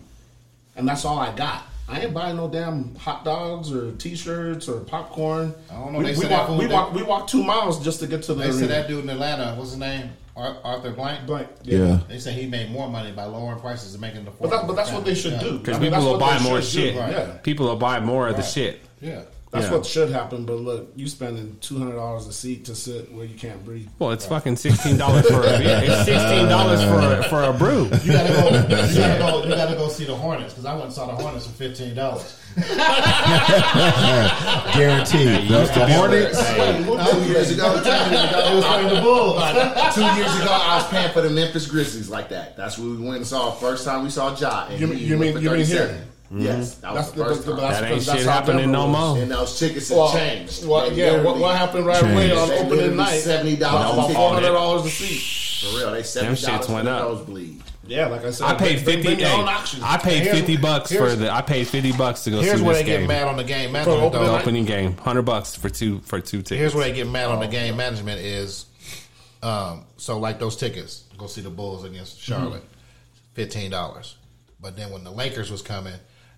and that's all I got, I ain't buying no damn hot dogs or T-shirts or popcorn. I don't know. We, They we said walk, that we food- walk, we walk two miles just to get to the. They arena. said that dude in Atlanta, what's his name? Ar- Arthur Blank. Blank. Yeah. They said he made more money by lowering prices and making the. But that- but that's what they should do. Because I mean, that's people will what buy they more should do, shit. right. Yeah. People will buy more of the Right. shit. Yeah. That's Yeah. what should happen. But look, you spending two hundred dollars a seat to sit where you can't breathe. Well, it's fucking sixteen dollars for a beer. It's sixteen dollars for a, for a brew. You gotta go. You gotta go. You gotta go see the Hornets because I went and saw the Hornets for fifteen dollars. Guaranteed. That's the Hornets. Two years ago, two years ago, It was playing the Bulls. two years ago, I was paying for the Memphis Grizzlies like that. That's what we went and saw. First time we saw Ja. And You he mean- you went mean- for you mean here? 37. Yes, that was That's the the- first the- time. the- That ain't That's shit how happening no Denver more. and those tickets have changed. Well, They yeah. What, literally- what happened right away on They opening literally night? $70 about ticket. four hundred dollars a seat. For real, they Them seventy shits dollars for went up. those bleed. Yeah, like I said, I paid bring- fifty. bring your hey, own auction. I paid Here's- fifty bucks for here's- the. I paid fifty bucks to go see Here's where this they get game. mad on the game For management. opening The Though. night? opening game, hundred bucks for two for two tickets. Here's where they get mad on Oh, the game management is, um, so like those tickets, go see the Bulls against Mm-hmm. Charlotte, fifteen dollars. But then when the Lakers was coming,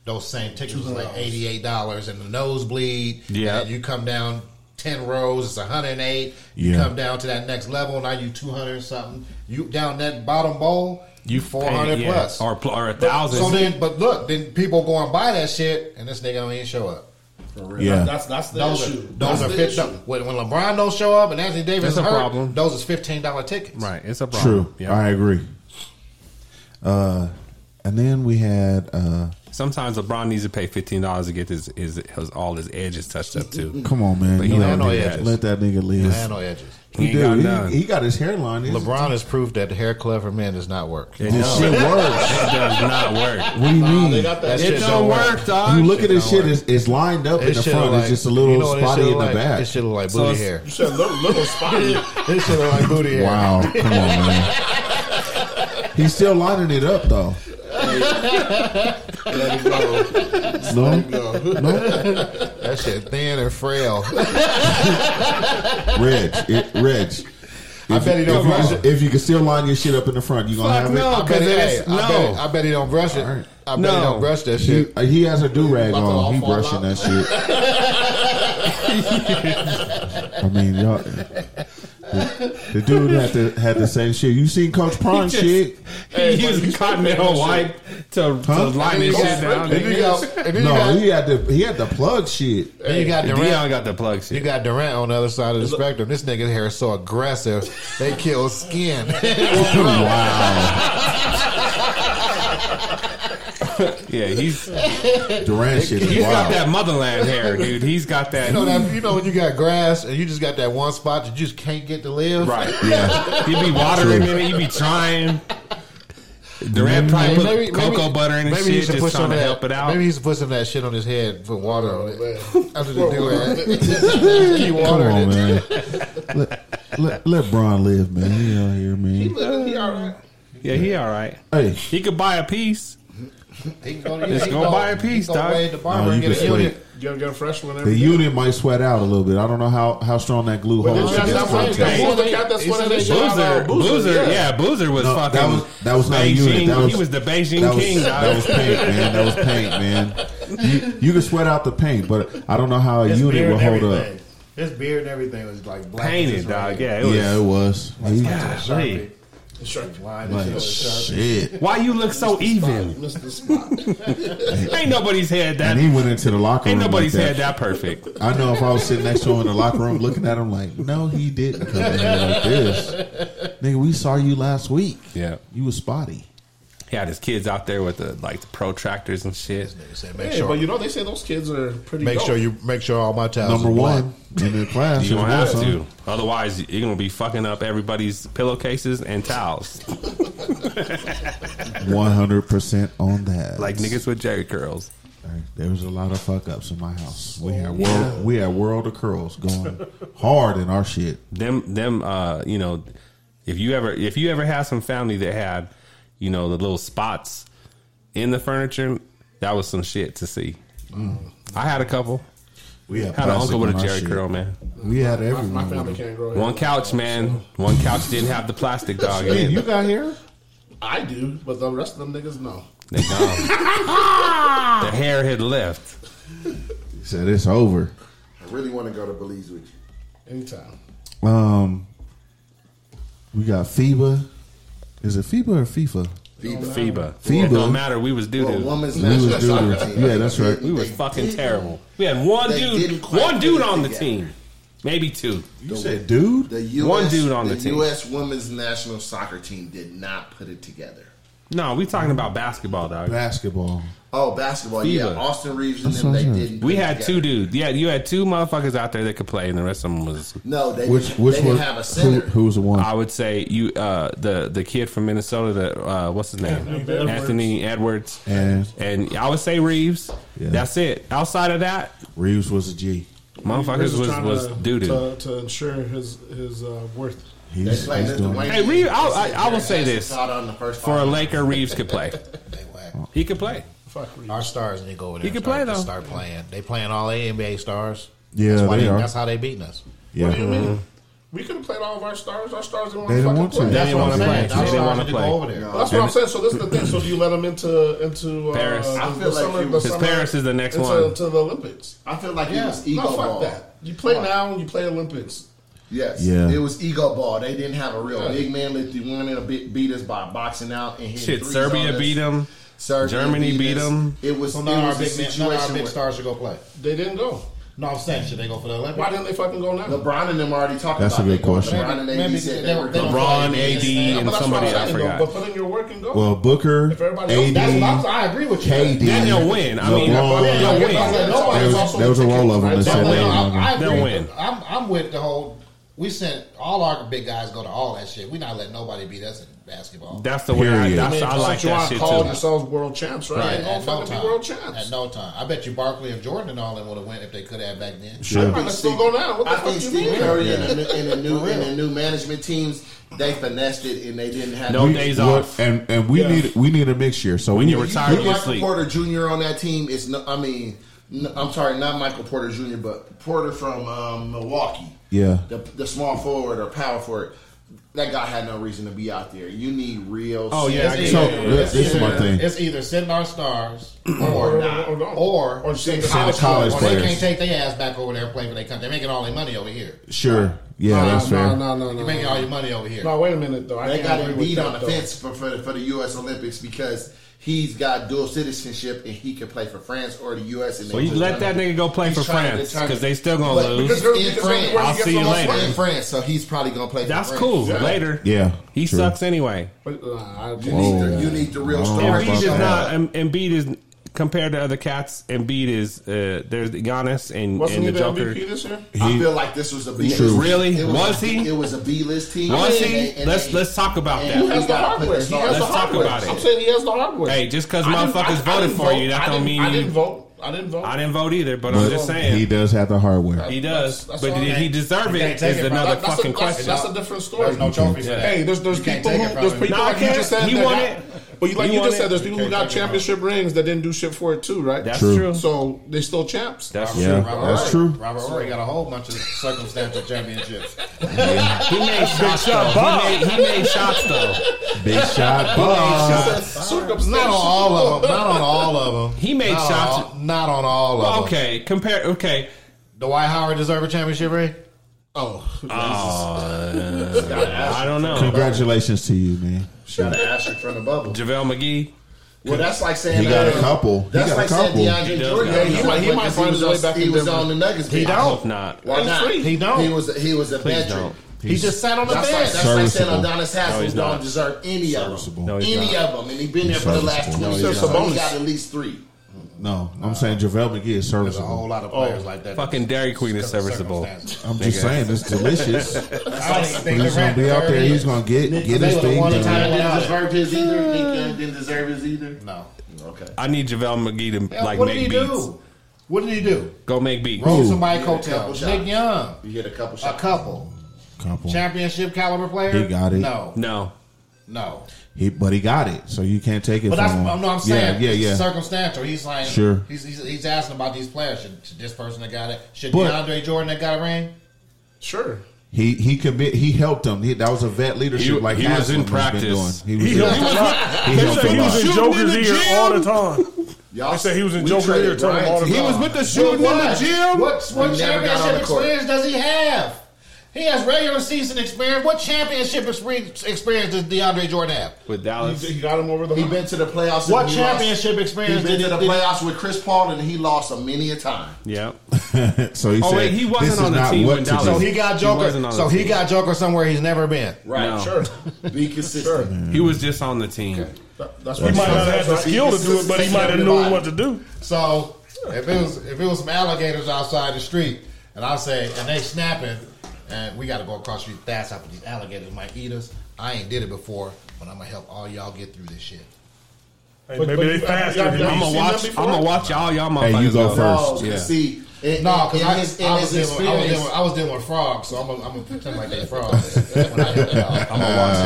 those same tickets was like eighty eight dollars, and the nosebleed. Yeah. and you come down ten rows, it's hundred and eight. You Yeah. come down to that next level, now you two hundred something. You down that bottom bowl, you four hundred paid, yeah, plus. or pl- or a thousand. so then, but look, then people go and buy that shit, and this nigga don't even show up. Yeah. That's that's the Those are, issue. those that's are the fif- issue. when, when LeBron don't show up and Anthony Davis That's is a hurt, problem. those is fifteen dollar tickets. right, it's a problem. True. Yeah. I agree. Uh, and then we had. Uh, Sometimes LeBron needs to pay fifteen dollars to get his, his his all his edges touched up too. come on, man. But You he let, had no that nigga- edges. let that nigga live. Man, no edges. He He, ain't did. got He- none. he, got his hairline. He's- LeBron has proved that hair club for men does not work. It This don't- shit works. it does not work. What do you mean? They got that. That shit It don't don't work. work, dog. you look at this don't shit. It's, it's lined up in the shit front. look it's just a little you know what this spotty shit in the look like? back. This shit look like So booty it's- hair. You said little, little spotty. This shit look like booty hair. Wow, come on, man. He's still lining it up though. No, no, That shit thin and frail. Reg, it, Reg. I If, bet he if don't brush you, it. if you can still line your shit up in the front, you gonna Fuck have no. it. I bet, because he, it hey, is- I, bet, no. I bet he don't brush it. right. I bet No. he don't brush that shit. He, he has a do rag About to all on. He fall brushing out. that shit. I mean, y'all. The dude had the had the same shit. You seen Coach Prime just- shit? He used a cottonelle wipe to, to Huh? line his shit down. And you got, and you No, got, he had the he had the plug shit. and you got Durant. Dion got the plug You shit. got Durant on the other side of the spectrum. This nigga's hair is so aggressive, they kill skin. wow, Yeah, he's Durant shit he's is got wild. that motherland hair, dude. He's got that. you, know that, you know when you got grass and you just got that one spot that you just can't get to live? Right. Yeah, He'd be watering in it. He'd be trying. Durant probably Hey, put cocoa butter in maybe his he shit, should just put trying some to of that- help it out. Maybe he should put some of that shit on his head, put water on it. Man. After the do that. Keep come watering on, it. man. Let, let let Bron live, man. He out here, man. He all right. Yeah, he all right. Hey, he could buy a piece. He Just go buy a piece, dog. Oh, No, you can sweat. You gotta get a fresh one. The unit might sweat out a little bit. I don't know how, how strong that glue But holds. that's- against that's what I'm contact. saying. Who's the cat that's sweating their job out? Boozer, yeah. Boozer was No, fucking. That was, that was not a Beijing. unit. That was, he was the Beijing that was- king. dog. That was paint, man. That was paint, man. You, you can sweat out the paint, but I don't know how a His unit beard will and hold up. everything. His beard and everything was like black. Painted, It's dog. right. Yeah, it was- yeah, it was. He- Golly. Why Like, shit. Why you look so even? Ain't nobody's had that. And he went into the locker Ain't room. nobody's like had that. that perfect. I know if I was sitting next to him in the locker room looking at him like, no, he didn't come in here like this. Nigga, we saw you last week. Yeah. You was spotty. He had his kids out there with the like the protractors and shit. Make Hey, sure, but you know they say those kids are pretty. make dope. sure you make sure all my towels. Number are black. one in the class. You don't is have Wilson. to. Otherwise, you're gonna be fucking up everybody's pillowcases and towels, One hundred percent on that. like niggas with jerry curls. there was a lot of fuck ups in my house. We had world, we had world of curls going hard in our shit. Them, them, uh, you know, if you ever, if you ever had some family that had, you know, the little spots in the furniture, that was some shit to see. Mm. I had a couple. We had, Had an plastic uncle with on a our jerry shit. curl, man. We had My, everyone. my family with them. can't grow. hair. One couch, man. One couch didn't have the plastic dog Hey, in you it. got here? I do, but the rest of them niggas no. They gone. the hair had left. He said it's over. I really want to go to Belize with you. Anytime. Um, we got FIBA. Is it FIBA or FIFA? FIBA. FIBA. It don't matter. We was doo Well, doo. women's We national was soccer doing- team. yeah, that's right. We was They fucking didn't- terrible. We had one They dude, didn't quite one put dude it on the together. team, maybe two. You said, dude. The US, One dude on the the team. U.S. women's national soccer team did not put it together. No, we talking about basketball, dog. Basketball. Oh, basketball. FIBA. Yeah, Austin Reeves and That's them, what they I'm saying. didn't. We put it had two together. dudes. Yeah, you had two motherfuckers out there that could play, and the rest of them was. No, they Which didn't, which they didn't was have a who, center. who was the one? I would say you, uh, the the kid from Minnesota, that uh, what's his name, Anthony Edwards. Anthony Edwards, And- and I would say Reeves. Yeah. That's it. Outside of that, Reeves was a G. Chris motherfuckers was trying was to- doo doo. to, to ensure his his uh, worth. They He's, played he's Mr. doing. Wayne. Hey, Reeves, I- I- They I will said say Jackson this. caught on the first For a ball. Laker, Reeves could play. They whack. He could play. Fuck Reeves. Our stars need to go over there. He and can start, play, though. Start playing. They playing all the NBA stars. Yeah, that's, why they they- are. that's how they beating us. Yeah. What do you mean? We could have played all of our stars. Our stars didn't want They to didn't fucking want to. play. They That's, didn't what want I'm to play. saying. Our They That's, didn't stars want need to to go over play. there. that's what I'm saying. So this is the thing. So do you let them into into uh, Paris. I feel the like summer, you- the 'Cause summer- Paris is the next into, one. to the Olympics. I feel like it Yeah, was ego no, fuck ball. that. You play now and you play Olympics. Yes, Yeah. it was ego ball. They didn't have a real Yeah. big man. Lithuania beat, beat us by boxing out and hitting Shit, threes Serbia on us. beat them. Serbia Germany beat us. 'em. It was, So it none of was our a big, men- none of our situation big where stars should go play. They didn't go. No, I'm saying should they go for the Olympics? Why didn't they fucking go now? LeBron and them already talking That's a about good they going to question. LeBron and Maybe- AD said maybe they they were don't- they going don't- LeBron, Yeah, AD, yeah, and But that's somebody what I I'm saying, though, forgot. But put in your work and go. Well, Booker, If everybody else- AD, that's what I'm saying. I agree with you. KD, Then they'll win. I LeBron. mean, they'll Yeah, I guess win. I said nobody's There was- also there was a taking- roll over that They'll said win. they I- won't. I agree They'll with- win. I'm, I'm with the whole. We sent all our big guys go to all that shit. We not let nobody beat us in basketball. That's the way. I, Period. that's, I like that shit called too. yourselves world champs, right? Right, Ain't gonna at no fucking time. be world At champs. no time. I bet you Barkley and Jordan and all them would have went if they could have back then. They Sure. might as well go now. What the I fuck think you Steve mean? Curry and the, new- and the new and the new management teams they finessed it and they didn't have No We- days what- off. and and we Yeah. need we need a mix here. So When we- you retire, you you Michael sleep. Porter Jr. on that team is no, I mean, no, I'm sorry, not Michael Porter Jr., but Porter from um, Milwaukee. Yeah. the, the small forward or power forward. That guy had no reason to be out there. You need real. Oh, yeah, I sense. get So Yeah, yeah, yeah. this, this is my thing. It's either send our stars Or or not. not, Or don't. or Or send the college players. players. Or they can't take their ass back over there and play for they country. They're making all their money over here. Sure. Yeah, Nah, that's fair. Nah, nah, nah, You're nah, making nah. all your money over here. No, wait a minute though. I They can't got agree with Embiid that, on the though. fence for, for, for the U.S. Olympics because he's got dual citizenship and he can play for France or the U.S. And Well, you let that nigga go play He's for trying to France determine- because they still gonna But lose. Because- in because France. where he I'll gets see the you most later. money. in France, so he's probably gonna play. For That's France. cool. Yeah. Later, Yeah, he true. sucks anyway. But, nah, I- You need, the, you need the real Whoa. story. Embiid Embiid Oh, about is that. not. Em- Embiid is compared to other cats. Embiid is uh, there's Giannis and, Wasn't and he the the Joker. MVP this year? I feel like this was a B. True. Really? It Was a- he? It was a B list team. Was And he? they- and Let's they- let's talk about and that. we has the gotta put hardware. He stars has the Let's talk hardware. about it. I'm saying he has the hardware. Hey, just 'cause I didn't- motherfuckers I- I voted didn't for vote. you, that I don't didn't- mean I you- didn't vote. I didn't vote. I didn't vote either, but, I'm But just saying. he does have the hardware. He That's- does, that's but all. did he deserve You it? can't take Is it from- another that- that's a- fucking that's- question. That's a different story. There's no trophy for that. Hey, there's there's You can't people take it who from there's him. people No, I like you can't. just said He that won got- it. But you, like He you won just it. said, there's You people who can't got take it from him. championship rings that didn't do shit for it too, right? That's True. true. So they still champs. That's Robert- true. Robert That's Ory- true. Robert Ory got a whole bunch of circumstantial championships. He made shots though. He made, he made shots though. Big shot. Bob. Circumstantial. Not on all of them. Not on all of them. He made Not on shots- all- not on all of Well, them. okay, compare. Okay, Dwight Howard deserve a championship ring? Oh, I don't know. Congratulations to you, man. Shout out to Asher from the bubble. Javale McGee. Well, that's like saying He got a uh, couple. He That's got like a couple. saying He DeAndre does Jordan. got a he, couple. might, he might find his way back. He in was Denver. on the Nuggets. He bench. I don't. hope not. Why He's not? free. He don't. He was. He was a Please veteran. don't. He just sat on the That's like, bench. that's like saying Serviceable. Adonis Haskell he's don't not. deserve any of them. No, he's any of them, and he's been there for the last Serviceable. twenty No, years. he's So not. he got at least three. No, I'm saying JaVale McGee is There's a whole serviceable. lot of Oh, players like that. Fucking Dairy Queen is serviceable. I'm just saying it's delicious. I don't even think He's gonna Durant be out there. deserved He's it. gonna get get they his would've thing won the done. title. Didn't Yeah. deserve his either. He didn't- didn't deserve his either. No. Okay. I need JaVale McGee to Hell, like what did he make beats. do? What did he do? Go make beats. Roll Who? somebody He had a couple coattails. shots. Nick Young, You hit a couple a shots. couple Couple. championship caliber player. He got it. No, No. no. He, but he got it, so you can't take it But from that's him. no. I'm saying. yeah, yeah, yeah. Circumstantial. He's like, Sure. He's, he's, he's asking about these players. Should, should this person that got it? Should But- DeAndre Jordan that got a ring? sure. He he commit. He helped him. He, that was a vet leadership. He- like he was Haslam in has been practice. doing. He was. He in- helped a lot. He They helped said a he was lot. in Shooting Joker's in the ear gym? all the time. Y'all They said he was in we Joker's traded ear. Tell him Bryant all the to- time. the what? What, what He never got on the championship court. experience does he have? He has regular season experience. What championship experience experience does DeAndre Jordan have? With You, Dallas. you got him over the. He been to the playoffs. What and he championship lost. experience He been did to the he- did- playoffs with Chris Paul, and he lost a many a time. Yeah. so he Oh, said, wait, he wasn't "This is on the not team what when to Dallas- do." So He got Joker. wasn't on the so he team. got Joker somewhere he's never been. Right. No. Sure. Be consistent. He was just on the team. That- That's He might not have had the skill to do it, but he might have known what to do. So if it was if it was some alligators outside the street, and I say and they snapping, and we got to go across the street fast after these alligators might eat us. I ain't did it before, but I'm gonna help all y'all get through this shit. Hey, But- maybe but they you- faster y'all- than y'all me. I'm gonna seen watch. that I'm before? gonna watch y'all y'all motherfuckers. Hey, you go go. first. Oh, Yeah. see, in, No, because in I, his, in I, was his dealing with- I was experience, dealing with I was dealing with frogs, so I'm gonna, I'm gonna pretend like they frogs. when I hit that. I'm gonna watch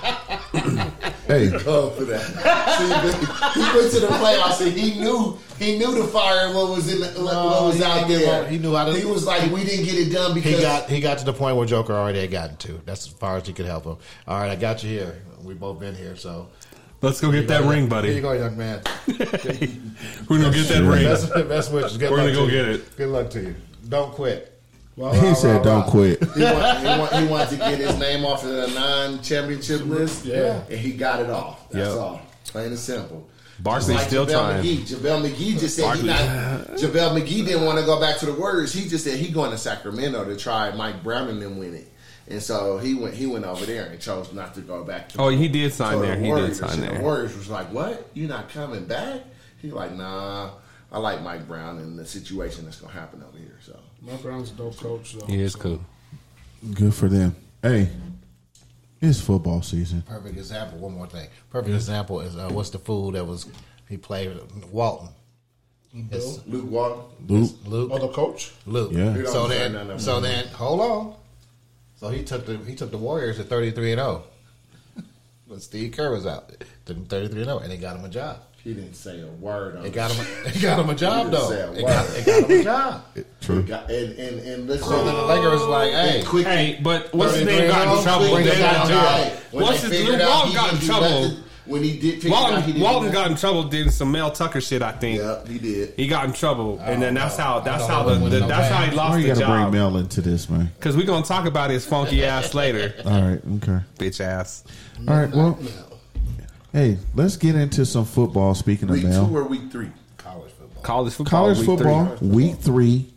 that. Hey, Oh, for that. See, he, he went to the playoffs and he knew he knew the fire and what was in the, what, what was he out knew there. what- he knew how to- He was like, we didn't get it done because He got he got to the point where Joker already had gotten to. That's as far as he could help him. All right, I got you here. We both been here, so Let's go get that ring, here you buddy. go, young man. We're gonna get that That's ring. that's what. Good We're luck gonna go to you. get it. Good luck to you. Don't quit. he said, "Don't quit." he, want, he, want, he wanted to get his name off of the non-championship list. Yeah. and he got it off. That's Yep. all, plain and simple. Barkley's Just still JaVale trying. McGee. JaVale McGee just said Barkley. he not. JaVale McGee didn't want to go back to the Warriors. He just said he going to Sacramento to try Mike Brown and them win it. And so he went. He went over there and chose not to go back. to Oh, he did sign so there. the He did Warriors, sign and The there. Warriors was like, "What? You not coming back?" He like, "Nah, I like Mike Brown and the situation that's gonna happen over here." So Mike Brown's a dope coach. Though, He is so. cool. Good for them. Hey, it's football season. Perfect example. One more thing. Perfect example is uh, what's the food that was he played with? Walton. It's Luke Walton, Luke, Luke. Oh, the coach. Luke. Yeah. So He don't say nothing then, so then, hold on. So he took the he took the Warriors to thirty three and zero. But Steve Kerr was out, took him thirty three and zero, and they got him a job. he didn't say a word. On It got him. It got him a job He though. said It what? got, it got him a job. true. Got- and and and listen, So then the Lakers like, hey, and quick. Hey, but what's his name Thirty-three got in dollars, trouble? bring They it got down a here. job. What's his Luke Walton got in trouble? when he did figure out he Walton, didn't Walton do got in trouble doing some Mel Tucker shit. I think nothing. Yeah, he did. he got in trouble, and then that's know. how I that's don't how know the, when the- no that's how he bad- lost Why you the gotta bring job. Mel into this, man? Because we're gonna talk about his funky ass later, All right, okay. bitch ass. All right, well, hey, let's get into some football. Speaking of Week two Mel, or week three? college football. College football. college week football three. week three.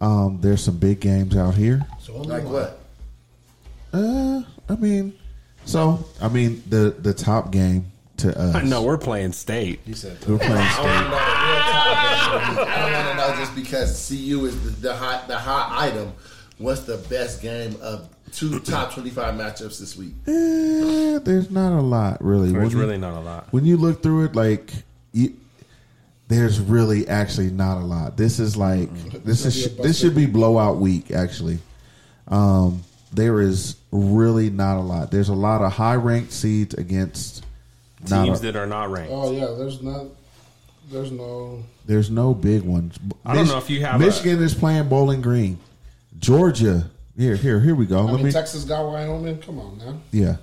Um, there's some big games out here. Like what? Uh, I mean, so I mean the the top game to I us. know we're playing state. He said, we're playing state. I want to know just because CU is the, the hot the hot item. What's the best game of two top twenty five matchups this week? Eh, there's not a lot really. There's When you- really not a lot. When you look through it, like you, there's really actually not a lot. This is like Mm-hmm. this It's is gonna be a this should be blowout week actually. Um, there is really not a lot. There's a lot of high ranked seeds against not Teams a- that are not ranked. Oh yeah, there's not. There's no. There's no big ones. I don't know if you have Michigan is playing Bowling Green. Georgia. Here, here, here we go. I Let mean, me. Texas got Wyoming. Come on now. yeah.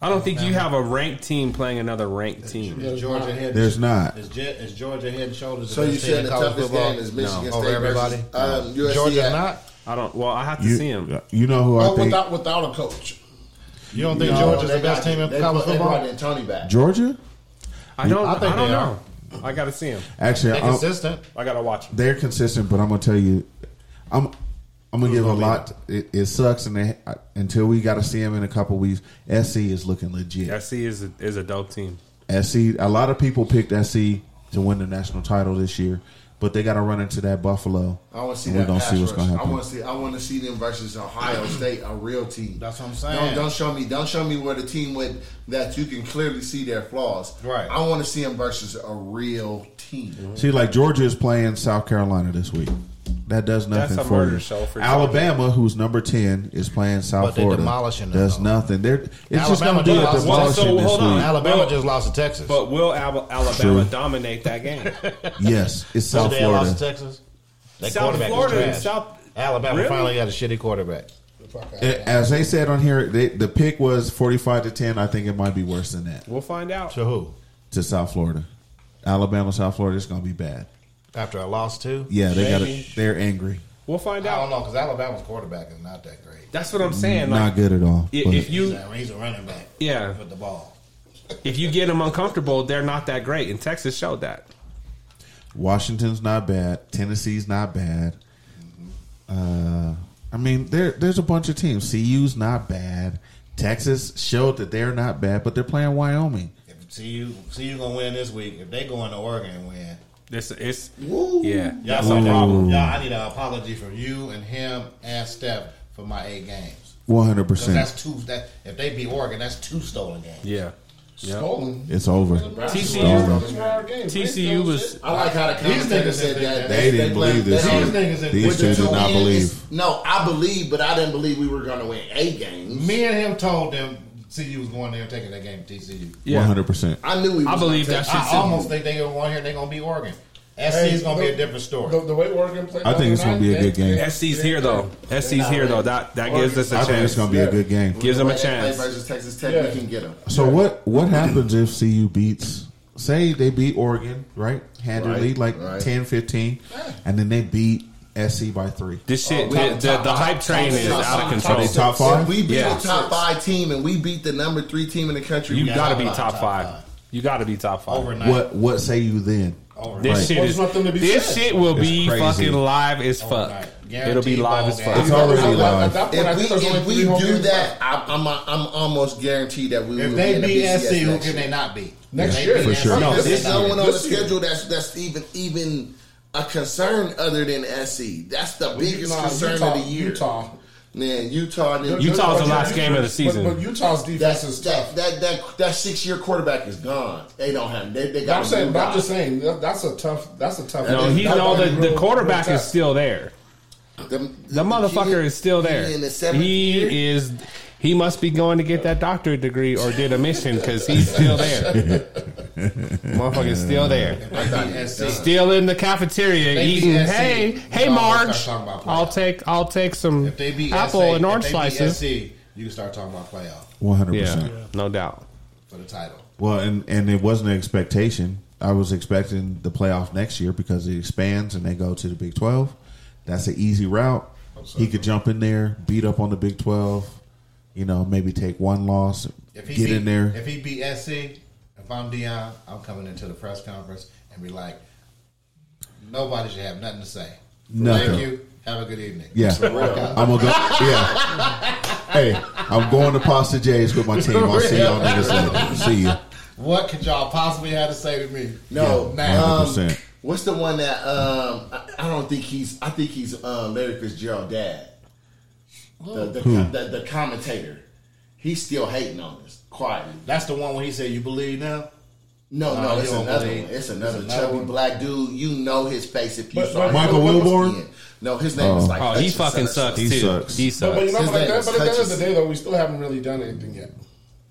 I don't think you have a ranked team playing another ranked team. Is Georgia head? There's not. Is, Je- is Georgia head and shoulders? So the you best said team in the college toughest football? game is Michigan no. State over everybody. versus, um, No. USC Georgia at- not. I don't. Well, I have to You, see him. you know who I Oh, think? without without a coach. You don't think No, Georgia's they the best got- team in they college brought- they football? brought in Tony back. Georgia. I don't. I I, think don't they are. know. I got to see him. Actually, They're I'll- consistent. I got to watch him. They're consistent, but I'm gonna tell you, I'm I'm gonna give a gonna be lot. It, it sucks, and they, I, until we got to see him in a couple weeks, SC is looking legit. SC is a, is a dope team. SC. A lot of people picked SC to win the national title this year, but they got to run into that Buffalo. I want to see and that gonna pass rush. gonna I want to see. I want to see them versus Ohio State, a real team. That's what I'm saying. Don't, don't show me. Don't show me where the team went that you can clearly see their flaws. Right. I want to see them versus a real team. See, like Georgia is playing South Carolina this week. That does That's nothing a for murder you. show for Georgia. Alabama, who's number ten, is playing South But they're Florida. demolishing them, does nothing. They're it's just going to do a just lost- demolishing this week. Alabama just lost to Texas. But will Al- Alabama True. dominate that game? Yes, it's So South they Florida. lost to Texas. That South quarterback is Florida and trash. South- Alabama Really? finally got a shitty quarterback. A- As they said on here, they, the pick was forty-five to ten. I think it might be worse than that We'll find out. To who? to South Florida, Alabama, South Florida. It's going to be bad. After a loss too. Yeah, they got Maybe. it. They're angry. We'll find out. I don't know because Alabama's quarterback is not that great. That's what I'm saying. Not like, good at all, i- but- If He's you a, he's a running back. yeah, with the ball. If you get them uncomfortable, they're not that great. And Texas showed that. Washington's not bad. Tennessee's not bad. Uh, I mean, there there's a bunch of teams. CU's not bad. Texas showed that they're not bad, but they're playing Wyoming. See you. See you gonna win this week. If they go into Oregon and win, This it's yeah. Y'all Ooh. some problem. Y'all, I need an apology from you and him and Steph for my eight games. 100%. 'Cause That's two. That if they beat Oregon, that's two stolen games. Yeah. Stolen. It's over. TCU. It's over. TCU was. I like how the These commentator niggas said think that. They didn't believe this they- either. they- they- These with the two did two not wins, believe. No, I believe, but I didn't believe we were going to win a game. Me and him told them CU was going there and taking that game to TCU. One hundred percent. I knew. He was I believe gonna that take- shit I almost think they're going here. They're going to be Oregon. SC is going to be a different story. The, the way Oregon played, I think it's the other gonna be a night, good they- game. SC's here though. SC's here though. That that gives us a I chance. think it's going to be a good game. Gives them a They play chance. versus Texas Tech. Yeah. We can get them. So what what happens if CU beats say they beat Oregon, right? Handily Right, like right. 10 15 and then they beat SC by 3. This shit, Oh, top- the, the, top- the top- hype train top- is top- out of top- control. top- top five? We beat Yeah. the top five team, and we beat the number three team in the country. You We got to be top five. You got to be top five. Overnight. What what say you then? This shit There's is. nothing to be This said. shit will It's be crazy. fucking live as fuck. Overnight. It'll be Guaranteed live ball as game. fuck. It's already At live. that point, I If think there's we, only if three we home do games left. that, I, I'm, I'm almost guaranteed that we will If they win the beat BCS SC, who next can year. they not beat? Next They year, beat for SC. sure. No, No, there's this no one on the this year. schedule that's that's even even a concern other than SC. That's the biggest Nah, concern Utah- of the year. Utah. Man, Utah. and then- Utah's the last game of the season. But, but Utah's defense That's is that, that that that six year quarterback is gone. They don't have. They, they got. I'm a saying, new but I'm guy. just saying that- that's a tough. That's a tough. No, that- he that- know that- the, the real- quarterback real is tough. still there. the, The motherfucker he- is still he there. in the seventh year? He is. He must be going to get that doctorate degree or did a mission because he's still there. Motherfucker's still there. They beat SC. Still in the cafeteria They beat eating. SC. Hey, hey, Y'all gonna Marge. start talking about I'll take. I'll take some If they beat apple SC, and orange if they beat slices. SC, you can start talking about playoff 100%. Yeah, no doubt. for the title. Well, and and it wasn't an expectation. I was expecting the playoff next year because it expands and they go to the Big Twelve. That's an easy route. He could jump in there, beat up on the Big Twelve. You know, maybe take one loss, get If he beat, in there. If he beat SC, if I'm Dion, I'm coming into the press conference and be like, nobody should have nothing to say. Nothing. Thank you. Have a good evening. yeah, I'm gonna go. Yeah, hey, I'm going to Pasta J's with my team. I'll see y'all niggas later. See ya. What could y'all possibly have to say to me? No, now. Yeah. um, 100%. what's the one that um, I, I don't think he's. I think he's um, Larry Fitzgerald dad. The the, Who? the the commentator, he's still hating on us quietly. That's the one when he said, "You believe now." No, Nah, no, you it's don't another believe- one. It's another it's another chubby one. black dude. You know his face if you But- saw but- him. Michael Look at his Wilborn? skin. No, his name is like. oh, he Hutchinson fucking or sucks something. too. He sucks. But, but you know, His but at name the is but at the end of the Hutchinson. day, though, we still haven't really done anything yet.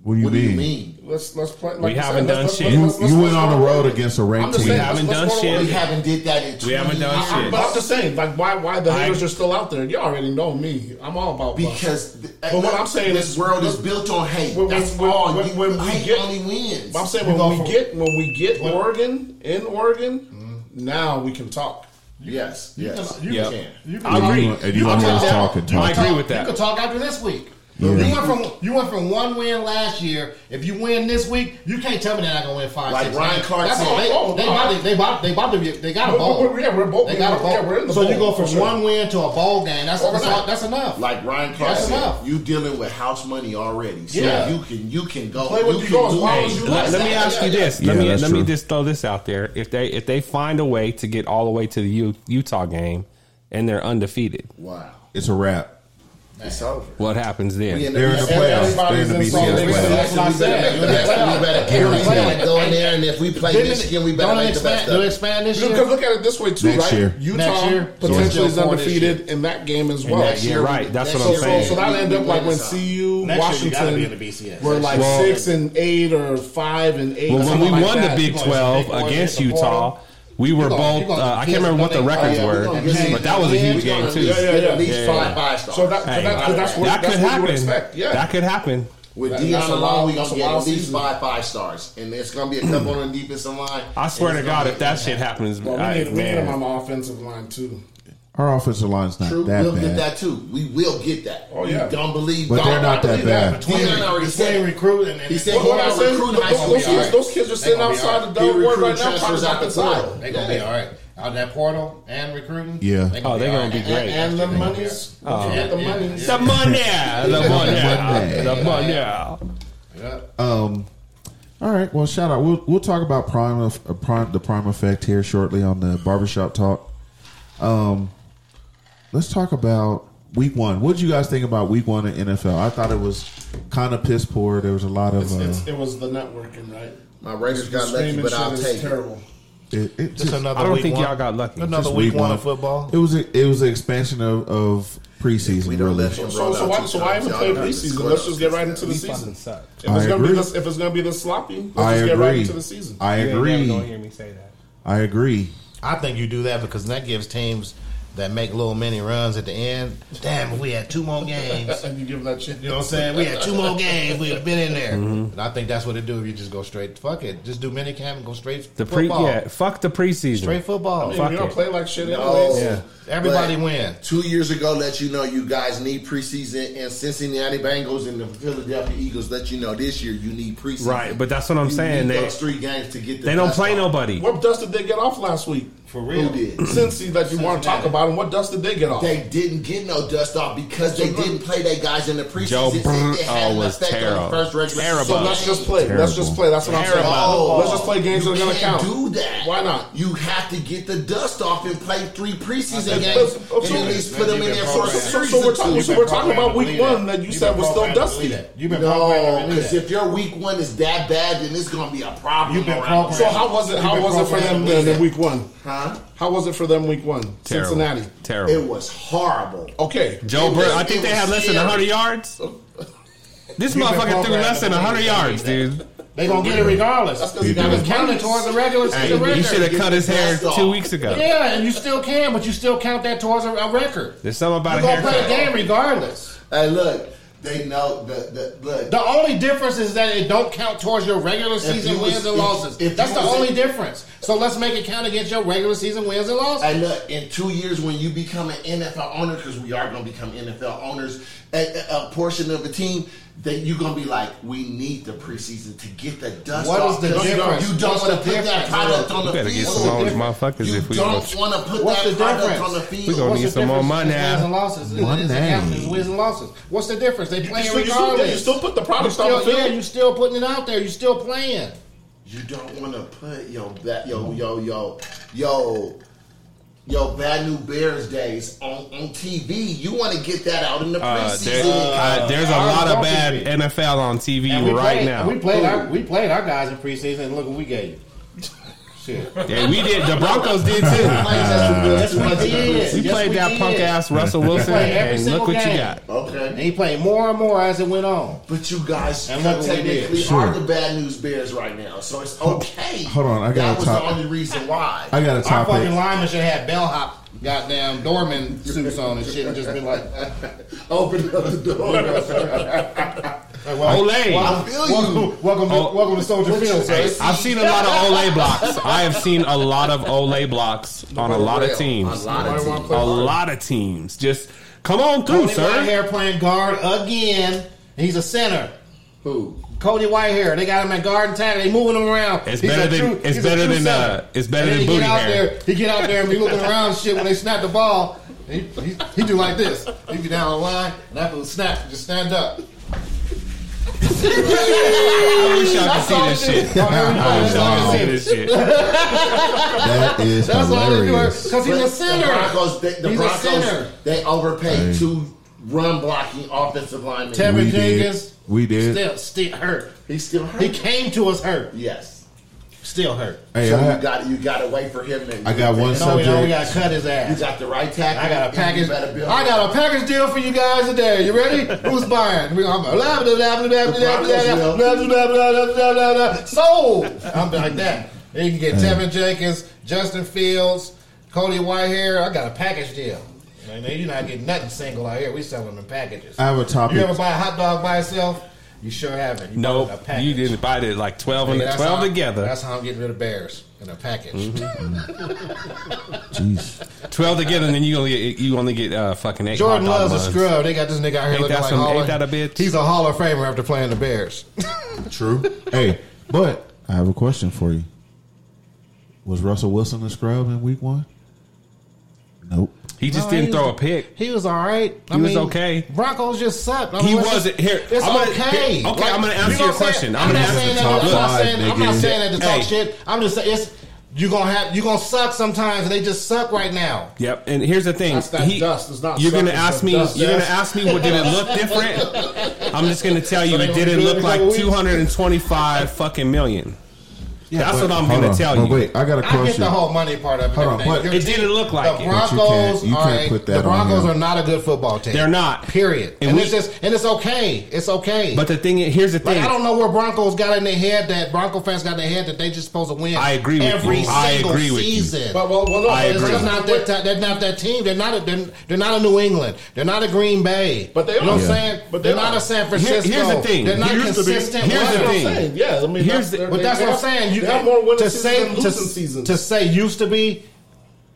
What do you What do you mean? mean? Let's let's play. Like We you said, haven't let's- done let's- shit. let's- let's- You let's went go on the on. road against a I'm ranked just team. saying, We haven't let's- done let's go on. shit. We haven't did that in. 20 We haven't done years. shit. But I'm just saying, like, why why the I- haters are still out there? Y'all already know me. I'm all about bucks. Because th- But what I'm saying this is- world is built on hate. When- That's when- all. when- You- when we hate get- only wins. I'm saying You when go we for- get when we get Oregon in Oregon, Mm-hmm. now we can talk. yes, yes, You Yep. can. You can. I agree. You- you don't hear us talking, I talking. agree with You that. can talk after this week. Yeah. You went from you went from one win last year. If you win this week, you can't tell me they're not gonna win five. Like six, Ryan eight. Clark That's said. all. They, Oh, they, no, about I- to, they about they about to be, they got a We're- bowl. we're- yeah, we're both- They got a bowl. yeah, we're in the so you bowl, go from for sure. one win to a bowl game. That's that's, Overnight. all, that's enough. Like Ryan Clark That's said, enough. you dealing with house money already. So Yeah. you can you can go. Play what you can go as do long as anything. you Let, let me Yeah, ask you yeah, this. yeah. Let Yeah, me that's let me true. just throw this out there. If they if they find a way to get all the way to the U, Utah game and they're undefeated, Wow, It's a wrap. it's over. what happens then? We in They're in the playoffs. They're in the Everybody's in BCS Salt Lake playoffs. City. That's what I said. You next week, we better guarantee that go in there, and if we play Didn't- Michigan, we better don't make the expand, best don't of it. expand this year. Because look at it this way too, Next right? year. Next Utah year. So potentially it's is still four this undefeated in that game as well. next year, right? That's what I'm next So, saying. so that'll end up like when Next year, CU, you gotta be in the Washington BCS. were like Well- six and eight or five and eight. Well, when we something like won that. the Big You're gonna Twelve hit the against portal. Utah, we were gonna- you're both. gonna Uh, I kiss can't remember what the them. records Oh, yeah, were, we're gonna get but that was a them. huge We're game gonna too. Yeah, yeah, At yeah. least Yeah, yeah. five five stars. So that, so Hey, that, so that's what, That that's could what you would happen. expect. Yeah. That could happen. With That- Dion that's a alone, wild- we gonna that's a get wild at least season. five five stars, and it's gonna be a couple on the defensive line. I swear and to it's God, gonna if be- that shit happens, Well, I- we need, we need man. him on the offensive line too. Our offensive line's not True, that we'll get bad. that too. We will get that. Oh, yeah. We don't believe. But don't, they're not I believe that bad. Dion already said it. recruiting. He said What, he what I said, already those, recruited. high school those, kids, guys. those kids are sitting They gonna be outside all the right. He dome recruited right now, transfers popping out out the the side. portal. They gonna be all right out that portal and recruiting. Yeah. Oh, they all gonna be right. great. And the monies, Don't forget the Yeah, yeah, monies. The money, the money, money. the money. Yeah. Um, all right. Well, shout out. We'll we'll talk about prime, of, uh, prime the prime effect here shortly on the barbershop talk. Um, let's talk about week one. What did you guys think about week one in NFL? I thought it was kind of piss poor. There was a lot of uh, It's, it was the networking, right? My Raiders The got lucky, streaming but I'll shit take is it. terrible. it, it Just just- another I don't week think one. y'all got lucky. Another just week one of football. It was a, it was an expansion of of preseason. We don't really. let him So, roll so out why, two so why times. even Y'all play done preseason? scored Let's just get us. right into the We season. fucking If suck. it's gonna I be agree. this, if it's gonna be this sloppy, let's I just get right agree. into the season. I Don't agree. hear me say that. I agree. I think you do that because that gives teams that make little mini runs at the end. Damn, if we had two more games. and you give that shit. You know what I'm saying? We had two more games. We'd have been in there. Mm-hmm. And I think that's what it do if you just go straight. Fuck it. Just do mini camp and go straight The pre, football. yeah, fuck the preseason. Straight football. If Fuck you don't it. play like shit, No. anyways. Yeah. Everybody But win. Two years ago, let you know you guys need preseason, and Cincinnati Bengals and the Philadelphia Eagles let you know this year you need preseason. Right, but that's what I'm You saying. need They those three games to get. The they don't best play out. nobody. What dust did they get off last week? For Who did? Cincy, that you want to talk about, and what dust did they get off? They didn't get no dust off because they didn't play their guys in the preseason. Joe It Burrow had an was effect on the terrible. first regular Terrible. season So let's just play. Let's just play. That's what I'm saying. Terrible. Oh, let's just play games you that are going to can't count. Do that. Why not? You have to get the dust off and play three preseason Okay, games, but- okay. and at least put them in there for a So, season. so we're talking. or two. So we're talking about week one that you, said was still dusty. You've been No, programmed to do because that. if your week one is that bad, then it's gonna be a problem. You've been around. programmed. So how was it? How You've was been it for them programmed then to in do week one? Huh? How was it for them week one? Terrible. Cincinnati. Terrible. It was horrible. Okay. Joe It Burrow. was- I think it they was had less than scary. 100 yards. This You've been motherfucker threw programmed less than to 100 believe that. yards, dude. They gonna get it regardless. That's You do. that was counted towards the regular season Hey, he should have record. cut his hair That's all. two weeks ago. Yeah, and you still can, but you still count that towards a, a record. There's something about You're a gonna play a haircut. game regardless. Hey, look, they know the the look. The only difference is that it don't count towards your regular you season was- wins and if- losses. if That's you the was- only difference. So let's make it count against your regular season wins and losses. Hey, look, uh, in two years when you become an NFL owner, because we are going to become NFL owners, a, a, a portion of a team, that you're going to be like, we need the preseason to get the dust What off. is the 'Cause difference? You don't What's want to the put that difference, product bro? on We the better get field. some more motherfuckers you if we don't gonna. want to put What's that the product difference? on the We field. gonna What's need the some more difference money. between Wins and losses. It's- Money. It's the count as wins and losses. What's the difference? They playing still- you still- regardless. you still put the product You on the still- field. Yeah, you still putting it out there. You still playing. You don't want to put yo that yo yo yo yo Yo, Bad New Bears days on, on TV. You want to get that out in the Uh, there- preseason. uh, there's a lot of bad NFL on TV And we right played, now. We played, our, we played our guys in preseason, and look what we gave you. Shit. Yeah, we did. The Broncos did too. yes, we did. We Yes, played we that did. punk ass Russell We Wilson, played every and single look what you game. got. Okay. And he played more and more as it went on. But you guys and look what we did. technically are the Bad News Bears right now, so it's okay. Hold on, I got that a was top- the only reason why. I got a Our topic. fucking linemen should have bellhop, goddamn doorman suits on and shit, and just be like, open up the door. Like, Olay. Welcome, I feel you. welcome, welcome, to, welcome to Soldier eh? Field, Hey, sir. I've seen a lot of Ole blocks. I have seen a lot of Ole blocks on a lot of teams. A lot of teams. A lot of teams. Just come on through, Cody sir. Whitehair playing guard again. He's a center. Who? Cody Whitehair. They got him at guard and tackle. They moving him around. It's He's better a than- true- it's he's a better true than, center. uh, it's And better than then he booty get out hair. There, he get out there and be looking around and shit when they snap the ball. He, he, he do like this. He be down the line and after the snap, just stand up. I wish y'all could see this shit. I wish y'all could see this shit. That is That's all they do hilarious. because he's But a center. The Broncos, they, the He's a Broncos, center. they overpaid Hey. two run blocking offensive linemen. Tevin We did. Jenkins. We did. Still, still hurt. He's still hurt. He came to us hurt. Yes. Still hurt. Hey, so I- you got you got to wait for him. To I got one You No, we don't. subject. We gotta cut his ass. got the right tackle. I got a and package. You better build I got a package deal for you guys today. You ready? Who's buying? We- I'm blah, blah, blah, blah, blah, blah, blah, blah, blah, blah, blah, blah, blah, blah. Sold. I'm like that. And you can get Tevin Jenkins, Justin Fields, Cody Whitehair. I got a package deal. Man, you're not getting nothing single out here. We selling them in packages. I have a topic. You ever buy a hot dog by itself? You sure haven't. You bought it in a Nope. package. You didn't buy it like 12 and Hey, that's 12 how- together. Mm-hmm. That's how I'm getting rid of bears in a package. 12 together, and then you only get, you only get uh, fucking eight. Jordan hot dog loves a buns. scrub. They got this nigga out here Ain't looking that like some- Hall ain't of- that a bitch? He's a Hall of Famer after playing the Bears. True. Hey, but I have a question for you. Was Russell Wilson a scrub in week one? Nope. He just No, didn't he throw a was- pick. He was all right. He was okay. Broncos just sucked. I He let's wasn't- just- here, It's I'm gonna- okay. here, okay, I'm gonna answer you know what your I'm question. saying? I'm I'm, gonna not answer saying the that. I'm top not five, saying, I'm not nigga. saying that to talk Hey. shit. I'm just saying it's you gonna have you gonna suck sometimes, and they just suck right now. Yep. And here's the thing. That's that dust. It's not you're gonna something, ask it's me. dust. You're Dust. gonna ask me. Well, did it look different? I'm just gonna tell you. So they It gonna didn't do it look in a like couple weeks? 225 fucking million. That's what I'm Hold gonna on. tell But you. wait, I got a I get question. the whole money part of it. Hold on, everything. what- Your It team- didn't look like the it. But you Broncos. can't- you are can't a- put that the on Broncos him. are not a good football team. They're not. Period. And And, we- it's just and it's okay. It's okay. But the thing. is- Here's the Like thing. I don't know where Broncos got in their head that Bronco fans got in their head that they just supposed to win. I agree with every you. Single I agree with you. season. with But well, well, look, I it's agree. just not- Not that ti- they're not that team. They're not a they're, they're not a New England. They're not a Green Bay. But they you know what are. I'm saying. But they they're not are. a San Here- Francisco. here's the thing. They're not Here's the- consistent. here's the winners. Hey, thing. yeah, I mean, Here's the- they're- But that's they what I'm have- saying. You they have more winning to seasons say than to, losing seasons. to say used to be,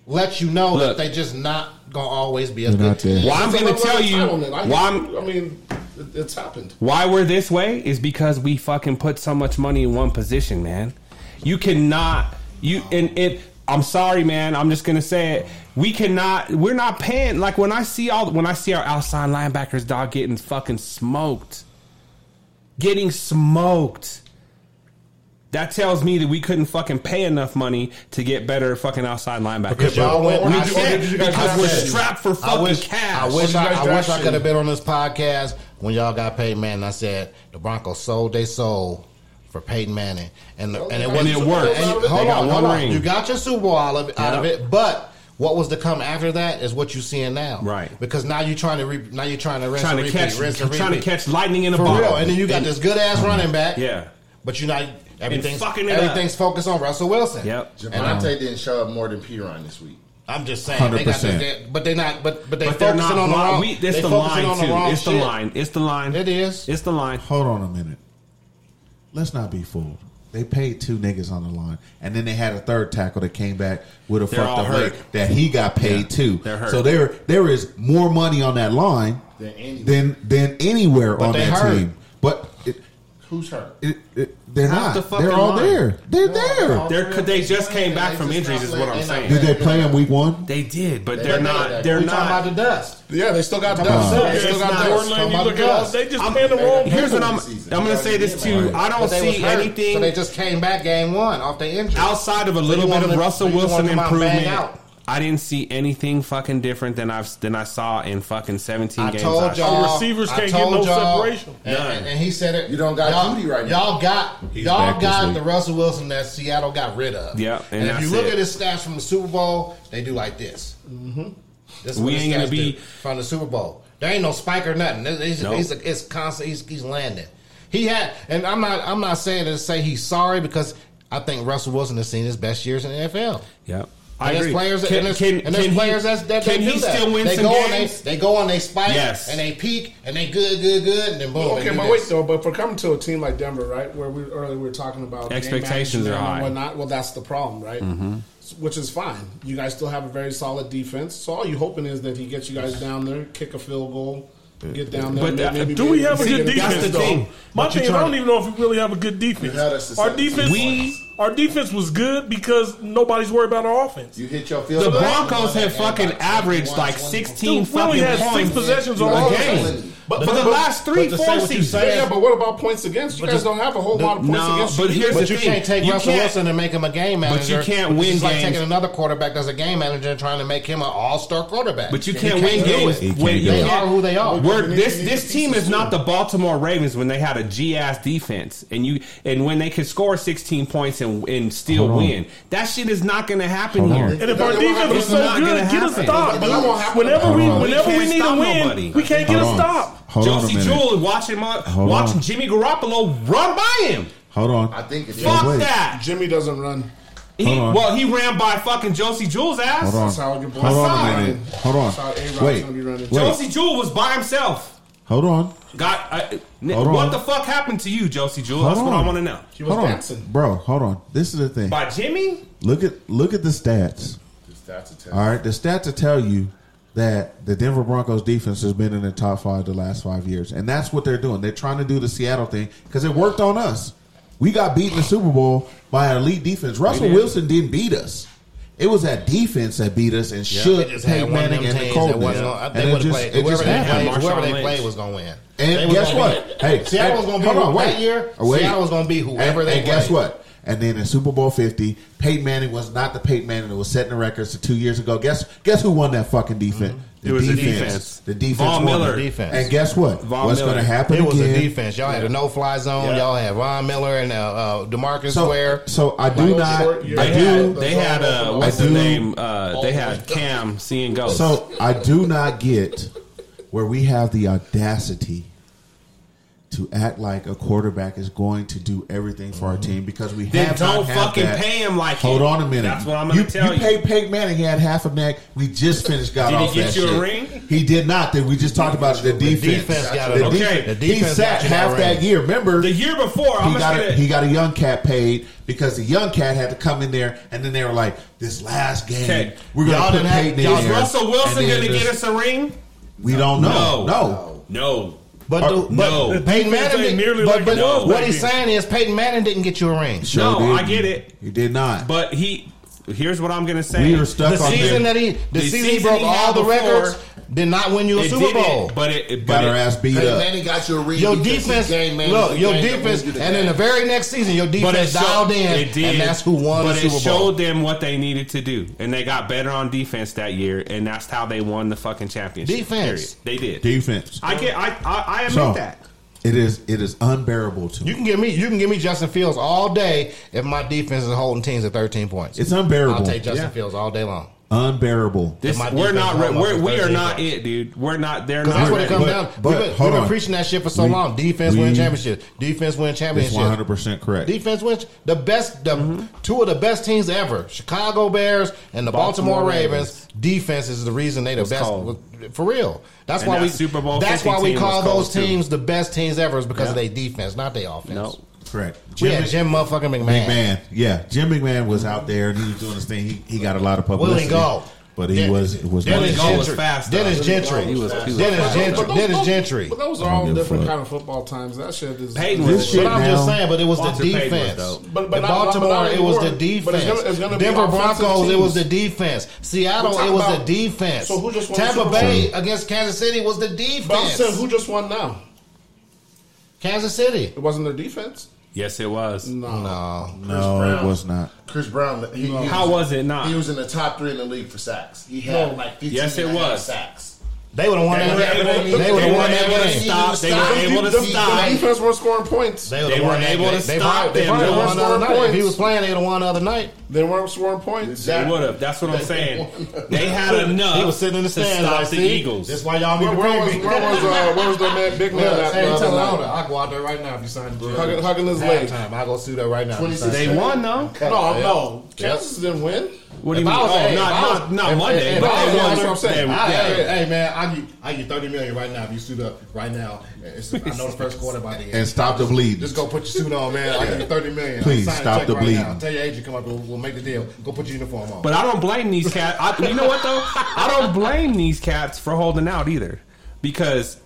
let you know Look. that they just not gonna always be They're as good. not there. team. Why I'm It's gonna about tell you. entitlement. I, Why I'm I mean, it, it's happened. Why we're this way is because we fucking put so much money in one position, man. You cannot you and it I'm sorry, man. I'm just gonna say it. We cannot we're not paying like when I see all when I see our outside linebackers dog getting fucking smoked. Getting smoked. That tells me that we couldn't fucking pay enough money to get better fucking outside linebackers. Because y'all went- we I can't, said- because I we're said- strapped for fucking I wish, cash. I wish I, I wish I Congratulations. could have been on this podcast when y'all got Peyton Manning. I said the Broncos sold their soul for Peyton Manning, and the, and it And wasn't it worked. And you, They hold got on, one hold ring. on. You got your Super Bowl out of, it- out of Yeah. it, but. What was to come after that is what you're seeing now, Right. Because now you're trying to re, now you're trying to rinse trying and to repeat, catch rinse and trying to repeat. catch lightning in a for bottle. real. And then you got this good ass running back, Yeah. But you're not everything's fucking it up. everything's focused on Russell Wilson. Yep. And I'm Javante didn't show up more than Piron this week. I'm just saying, they got 100%. the, but they're not. But but, they But they're not focusing on the lying. wrong. We, it's they focusing the line on the too. wrong it's the shit. line. It's the line. It is. It's the line. Hold on a minute. Let's not be fooled. They paid two niggas on the line, and then they had a third tackle that came back with a They're fucked all up leg hurt. that he got paid too. they're hurt. So there, there is more money on that line Than anywhere. than than anywhere on they that hurt. team. But it, Who's hurt? it, it, they're Half the not. fucking they're all line. there. They're there. They're, could they just came back They from just injuries, not is what I'm playing. They not saying. Did they play in week one? They did, but They they're did. not. They're we talking about not. the dust. Yeah, they still got Come dust. on. They It's still got not dust. Portland, Talking you about look the at all, dust. they just paying the wrong people. Here's what I'm. Season. I'm going to say this too. I But don't they was see hurt, So anything they just came back game one off the injury. outside of a So little you bit want of them- Russell so you want Wilson them out, bang improvement. out. I didn't see anything fucking different than I've than I saw in fucking seventeen I games. told last y'all. year. I told y'all, And, None. and- and he said it. You don't got y'all, Judy right now. Y'all got He's y'all back this got week. the Russell Wilson that Seattle got rid of. Yeah, And, and if that's you look it. at his stats from the Super Bowl, they do like this. Mm-hmm. This is We what his ain't gonna stats be- do from the Super Bowl. There ain't no spike or nothing. It's, it's, Nope. it's, it's constant. He's, he's landing. He had, and I'm not. I'm not saying to say he's sorry because I think Russell Wilson has seen his best years in the NFL. Yep. And there's players, and there's, and there's can he- players that's, that can they do he that. still win they some go games? And they, they go and they spike Yes. and they peak and they good, good, good, and then boom. okay, but wait though. But for coming to a team like Denver, right, where we earlier we were talking about game Expectations are management high. Mm-hmm. and whatnot. Well, that's the problem, right? S- Which is fine. You guys still have a very solid defense. So all you hoping is that he gets you guys down there, kick a field goal, get down there. But, may- uh, maybe Do be we able have a to good see it. That's the defense though? thing. My But you thing, is I trying don't even know if we really have a good defense. Yeah, that's the Our same. defense, We- our defense was good because nobody's worried about our offense. You hit your field. The goal. Broncos have fucking averaged like sixteen Dude, we only fucking had six points possessions on a offense. game. But for the last three, but to four say what you seasons, say- Yeah, but what about points against? You But guys the- don't have a whole lot of points no, against. but here's But the you thing. can't take You Russell can't- Wilson and make him a game But you manager. can't win It's like games. taking another quarterback that's a game manager and trying to make him an all-star quarterback. But you can't, win do games it. when they you can't- are who they are. We're- this this team is not the Baltimore Ravens when they had a G ass defense and you and when they could score 16 points and and still Hold on. win. That shit is not going to happen Hold here. on. And if our It's defense was so not gonna good, get a happen. stop. But that won't happen. Whenever we, Hold on. whenever We we, can't need a stop win, nobody. we can't get Hold a on. stop. Hold on a Josie minute. Jewell watching my, Hold watching on. Jimmy Garoppolo run by him. Hold on. I think it is. Fuck wait. that. Jimmy doesn't run. He, Hold on. well, he ran by fucking Josie Jewell's ass. Hold on. That's how I get Hold on a blindsided. minute. Hold on. That's how A-Rod's Wait. gonna be running. Wait. Josie Jewell was by himself. Hold on. Got uh, Hold what on. the fuck happened to you, Josie Jewell? Hold That's what on. I want to know. He was Hold on. dancing. Bro, hold on. This is the thing. By Jimmy? Look at look at the stats. That's a All right, the stats will tell you that the Denver Broncos defense has been in the top five the last five years, and that's what they're doing. They're trying to do the Seattle thing because it worked on us. We got beat in the Super Bowl by an elite defense. Russell did. Wilson didn't beat us. It was that defense that beat us and should They just had Peyton one of them Manning and the teams Colts. that wasn't gonna- And They it would have just, played. it Whoever just they happened. played, whoever Marshawn they Lynch. played was going to win. They And was guess gonna what? win. Hey, Seattle hey, was going to be hold on, that wait. Oh, year. Wait. Seattle was going to be whoever and, they and guess played. what? And then in Super Bowl Fifty, Peyton Manning was not the Peyton Manning that was setting the records two years ago. Guess guess who won that fucking defense? The Mm-hmm. It was the defense. The defense. Von won Miller. it. Defense. And guess what? Von What's Miller. going to happen It was again? a defense. Y'all had a no-fly zone. Yeah. Y'all had Von Miller and uh, uh, Demarcus So, Ware. so I do Michael not. Short, you're I They do. had, they had uh, what's I the do- name? Uh, they had Cam seeing ghosts. So I do not get where we have the audacity to act like a quarterback is going to do everything for our team because we Mm-hmm. Then have don't not had fucking that. pay him like Hold it. on a minute. That's what I'm gonna you, tell you. paid Peyton Manning. He had half a neck. We just finished. Got Did he off get that you a shit. ring? He did not. Then we just talked about the defense. defense got it. The Okay. defense. The He defense sat got you half that that ring. year. Remember the year before, I'm he just got gonna a, he got a young cat paid because the young cat had to come in there, and then they were like, "This last game, Okay. we're Y'all going to put didn't have- Peyton in y'all- Is there." uh, Russell Wilson and then going to just- get us a ring? We don't know. No, No. But, Or- the, but no. Peyton Defense Manning ain't didn't- nearly but, like but it was what back he's then. saying is Peyton Manning didn't get you a ring. Sure No, I didn't. get it. You did not. But he, here's what I'm going to say. We were stuck The on season him. that he, the, The season, he season broke he all had the before, records, did not win you a It Super didn't, Bowl. but it, it got but our it- ass beat Peyton up. Manning got you a ring. your because he's defense, game manager. look, your Game that defense, wins you the and then game. the very next season, your But defense it dialed showed- in, it did, and that's who won the But Super it Bowl. showed them what they needed to do, and they got better on defense that year, and that's how they won the fucking championship. Defense. period. they did. defense. I get. I I, I admit so that. it is. It is unbearable to You me. can give me you can give me Justin Fields all day if my defense is holding teams at thirteen points. It's unbearable. I'll take Justin Yeah. Fields all day long. Unbearable. This my we're defense not. held Re- up we're, for we are 13 not points. it, dude. We're not. They're not. Because that's what it ready. comes But- down. but we've been, hold we've been on. preaching that shit for so We- long. Defense we- win championships. Defense win It's championships. one hundred percent correct. Defense wins the best. The two of the best teams ever: Chicago Bears and the Baltimore, Baltimore Ravens. Defense is the reason they the Was best. called. For real. That's And why that we Super Bowl That's 50 why we team was call called, those too. teams the best teams ever is because of Yeah. their defense, not their offense. No. Correct. We Jim had Jim motherfucking McMahon. McMahon. Yeah, Jim McMahon was out there and he was doing his thing. He, he got a lot of publicity. Willie Gall. But he Den- was it was Dennis not- Gall was Gentry. fast, though. Dennis Gentry. He was- he was Dennis fast. Gentry. But Dennis those- Gentry. But those are I don't all give a different fuck. kind of football times. That shit is. Peyton This was shit But I'm just now- saying, but it was Walter the Payton was defense. dope. But- but not- the but Baltimore, not it was the anymore. But defense. it's gonna- it's gonna be Denver offensive Broncos, it was the teams. defense. We're Seattle, talking it was about- the defense. So who just won the Tampa Super Bowl? Bay against Kansas City was the But I'm saying, defense. who just won now? Kansas City. It wasn't their defense. Yes, it was. No, no, No, it was not. Chris Brown. He, he How was it not? He was in the top three in the league for sacks. He No. had like 15 Yes, it and a half was. sacks. They would have won They that. would've- They, they would have would've won able that to game. stop. They were able to The- stop. The defense was scoring points. They, They weren't able to They stop probably, they them. probably They won won the other other night. If he points. was playing, they'd have won the other night. They weren't scoring points. They would have. That's what I'm saying. They had enough. He was sitting in the to stands. stop like, the see? Eagles. That's why y'all need Where, to where was pay me. where was uh, where was the man big man Look, at hey, the tell other night? Lona, I'll go out there right now if you sign the Hugging- hugging his leg. Time. I'll go sue that right now. 26 They won though. Cut. No, Yep. no. Yep. Kansas didn't win. What do you If mean? I was- Oh, hey, if I was- not not not if- Monday, if- but if I they was- won. that's what I'm saying. They- I- yeah. Hey, hey, man, I get I get thirty million right now if you suit up right now. It's, I know the first quarter by the end. And stop the bleeding. Just go put your suit on, man. I give you thirty million. I'll Please sign a stop check the right bleeding. now. Tell your agent come up. We'll, we'll make the deal. Go put your uniform on. But I don't blame these cats. I, you know what though? I don't blame these cats for holding out either, because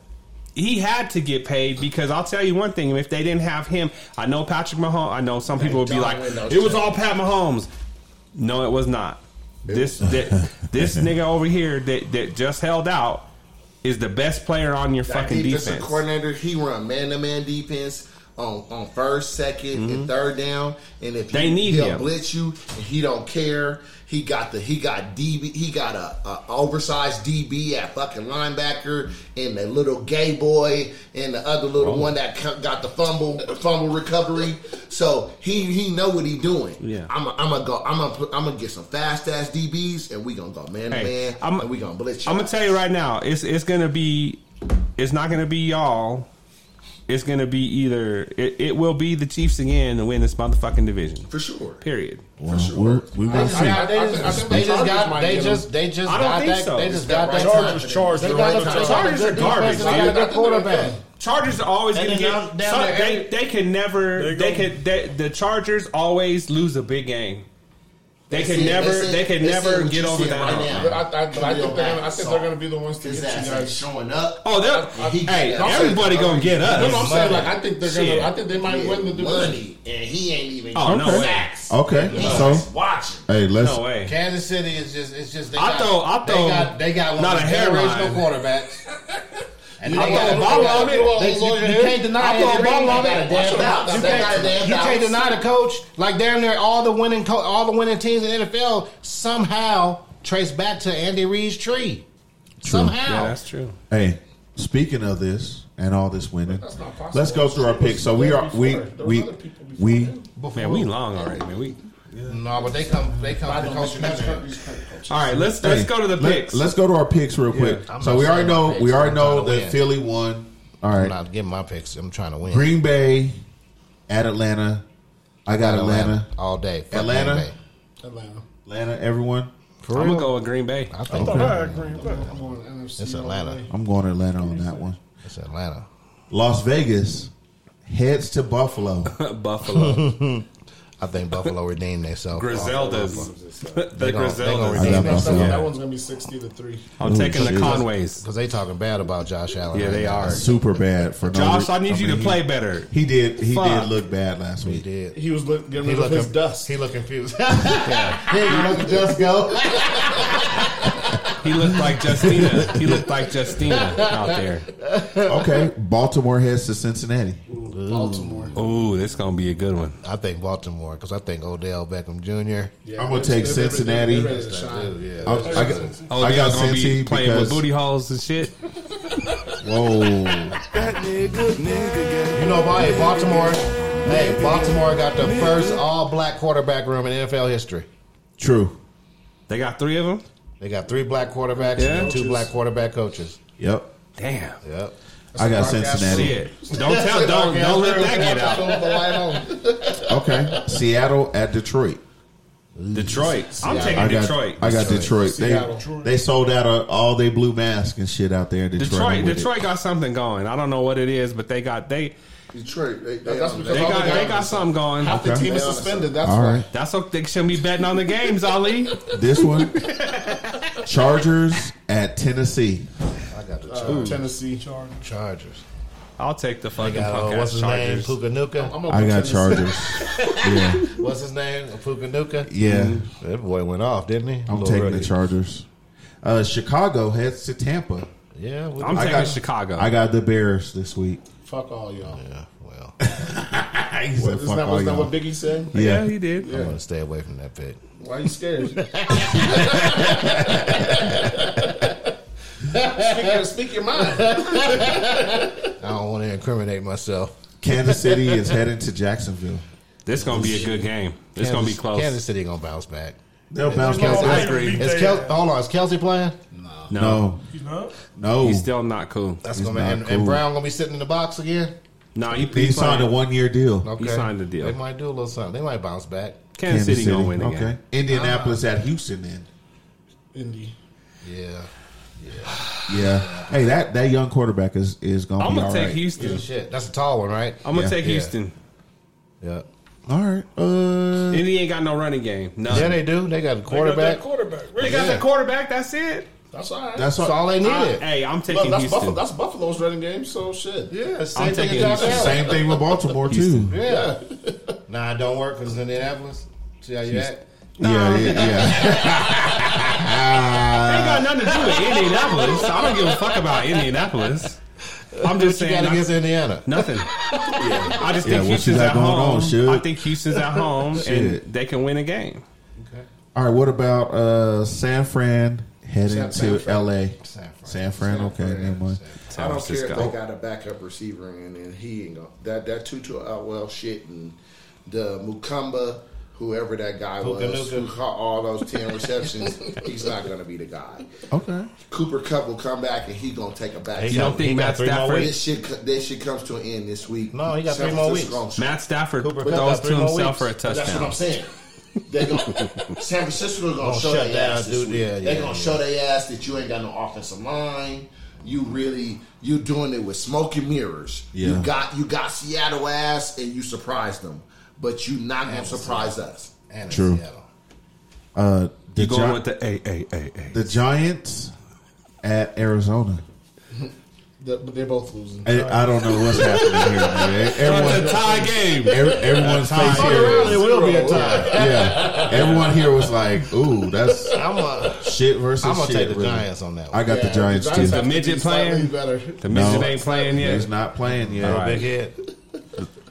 he had to get paid. Because I'll tell you one thing: if they didn't have him, I know Patrick Mahomes. I know some people would be don't like, win those "It was checks." all Pat Mahomes." No, it was not. This thi- this nigga over here that that just held out is the best player on your That fucking defensive defense. coordinator, he run man to man defense on, on first, 2nd Mm-hmm. and third down. And if They he, need he'll him. blitz you, and he don't care. He got the he got DB he got a, a oversized DB at fucking linebacker and the little gay boy and the other little Oh. one that co- got the fumble fumble recovery. So he he know what he doing. Yeah. I'm i I'm gonna go. I'm gonna I'm gonna get some fast ass DBs and we gonna go man to Hey, man I'm- and we gonna blitz you. I'm gonna tell you right now, it's it's gonna be, it's not gonna be y'all. It's gonna be either it, it will be the Chiefs again to win this motherfucking division. for sure. Period. Well, we're, we're I, gonna see. I- they just, I think they the just Chargers got might they get just they just I don't got think that, so. they just got that Chargers, confidence. Chargers, They the got right the- time. they got the Chargers are good defense, garbage, They got a dude. good quarterback. Chargers are always And gonna then get. down- down so- there, they they can never. They They go- can. They, the Chargers always lose a big game. They, They can see it, never. they see it, They can they see never it, what get you over see it that. right hump. now. But I, I, but I think Real they're, I bad think they're song. going to be the ones to get His you ass ain't guys. showing up. Oh, they're, And he- hey! and I'm saying- Everybody gonna get us. No, no, I'm saying Money. like I think they're Shit. gonna. I think they might Yeah, win the division. money, and he ain't even. Oh, no getting way. sacks. Okay, He's so- just watching. Hey, let's. no way. Kansas City is just it's just they I got, throw- I throw they got they got one not of a the hairline. generational quarterbacks. And I they throw got- a bottle on it. They- you- you can't deny I throw Andy a bottle Reid. on They got it. a damn Watch him. bounce. You They can't- got a damn you bounce. can't deny the coach. Like down there, all the winning, co- all the winning teams in the NFL somehow trace back to Andy Reid's tree. Somehow, Yeah, that's true. Hey, speaking of this and all this winning, let's go through our picks. So we are we we we. Man, we long already. Man, we. No, but they come they come to coach All All right, let's let's hey, go to the let- picks. Let's go to our picks real quick. I'm so not we already saying my know picks. we already I'm know trying to that win. Philly won. All I'm right, not getting my picks. I'm trying to win. Green Bay at Atlanta. I got Atlanta. all day. Fuck Atlanta? Green Bay. Atlanta. Atlanta, everyone. I'm gonna go with Green Bay. I think All right, Green Bay. I'm on NFC. it's Atlanta. I'm going Atlanta on that one. It's Atlanta. Las Vegas heads to Buffalo. Buffalo. I think Buffalo redeemed themselves. Griseldas. the They gonna- they gonna Griseldas. redeem I got That, Buffalo. that one's going to be sixty to three. I'm Ooh, taking the shit. Conways. because they talking bad about Josh Allen. Yeah, right they now. are. Super bad for no Josh, re- I need you mean, to he- play better. He did. He Fuck. did look bad last He week. did. He was look, getting He rid of look his conf- dust. He look confused. he ain't gonna let the dust go. He looked like Justina. he looked like Justina out there. Okay, Baltimore heads to Cincinnati. Baltimore. Oh, this gonna be a good one. I think Baltimore because I think Odell Beckham Jr. Yeah, I'm they're- gonna take they're- they're- Cincinnati. they're ready to shine. Yeah, I, I got, Oh, I got gonna be Cincy playing because with booty holes and shit. whoa. You know, but hey, Baltimore. Hey, Baltimore got the first all-black quarterback room in NFL history. True. They got three of them. They got three black quarterbacks Yeah. and two black quarterback coaches. Yep. Damn. Yep. I got Cincinnati. Shit. Don't tell. Don't don't let that get out. out. Okay. Seattle at Detroit. Detroit. I'm taking I got Detroit. I got Detroit. Seattle. They they sold out of all they blue masks and shit out there in Detroit. I'm Detroit. with it. Detroit got something going. I don't know what it is, but they got they Detroit. They, they, That's on because they all got the they guys- got something going. half the Okay. team is suspended. That's All why. right. That's what they shouldn't be betting on the games, Ali. This one. Chargers at Tennessee. I got the Uh, Tennessee Chargers. Chargers. I'll take the fucking Got, punk uh, what's ass his Chargers. name? Puka Nuka. I'm gonna I go got Tennessee. Chargers. Yeah. What's his name? Puka Nuka. Yeah. Mm-hmm. That boy went off, didn't he? I'm Little taking rookie. the Chargers. Uh, Chicago heads to Tampa. Yeah, we- I'm I taking got- Chicago. I got the Bears this week. Fuck all y'all. Yeah, well. Isn't Well, fuck that, all wasn't that y'all. what Biggie said? Yeah. Yeah, he did. I want to stay away from that pit. Why are you scared? speak, your, speak your mind. I don't want to incriminate myself. Kansas City is heading to Jacksonville. This gonna be a good game. This gonna be Kansas- close. Kansas City gonna bounce back. They'll bounce Kelsey- back. I agree. Is Kel- hold on, is Kelsey playing? No. No. No. He's still not cool. That's He's gonna not and, cool. and Brown gonna be sitting in the box again. No, you He signed a one year deal. Okay. He signed the deal. They might do a little something. They might bounce back. Kansas, City, gonna win Uh, okay. again. Indianapolis at Houston then. Indy. Yeah. Yeah. Hey, that, that young quarterback is, is gonna I'm be gonna all take right. Houston. Yeah, shit. That's a tall one, right? I'm gonna Yeah. take Yeah. Houston. Yeah. All right. Uh Indy ain't got no running game. No. Yeah, they do. They got a quarterback. quarterback. They got the quarterback. That's it. That's all right. That's all they needed. hey, I'm Look, taking that's, Houston. Buffalo, that's Buffalo's running game, so shit. Yeah, I'm same thing taking as Josh Houston. Allen. Same thing with Baltimore too. Houston. Yeah. nah, it don't work because Indianapolis. See how you act. Yeah, yeah, yeah. They Uh. ain't got nothing to do with Indianapolis. I don't give a fuck about Indianapolis. I'm just You got saying I- against Indiana. nothing. I just Yeah, think what you Houston's got at going home. on, Suge? I think Houston's at home and Shit. they can win a game. All right, what about uh, San Fran heading to San- San Fran. LA? San Fran. San Fran, San okay, Fran. never mind. I don't care if Francisco. they got a backup receiver in, and he ain't going that that Tutu Atwell shit and the Mukamba, whoever that guy Puka was, who Nuka. caught all those ten receptions, he's not gonna be the guy. Okay. Cooper Cup will come back and he gonna take a back. You seat. don't think he got Matt three more Stafford? this shit co- this shit comes to an end this week. No, he got San three more Francisco weeks. gonna- Matt Stafford Cooper Cup throws got three to more himself weeks. for a But That's what I'm touchdown. saying. They gonna, San Francisco gonna, Gonna show shut their down, ass. This dude. week. Yeah, yeah, they gonna yeah. show their ass that you ain't got no offensive line. You really you doing it with smoke and mirrors. Yeah. You got you got Seattle ass and you surprised them, but you not gonna surprise us. And True. Seattle. Uh, the, You going Gi- with the A A A A. the Giants at Arizona. The- but they're both losing. I, I don't know what's happening here. Man. Everyone, It's a tie game. every, everyone's face Around, here. it is- will be a tie. Yeah, everyone here was like, "Ooh, that's I'm a, shit versus I'm gonna shit." take the really. Giants on that. One. I got the Giants, The too. midget playing. better. The midget No. ain't playing He's yet. not playing yet. All right. big head.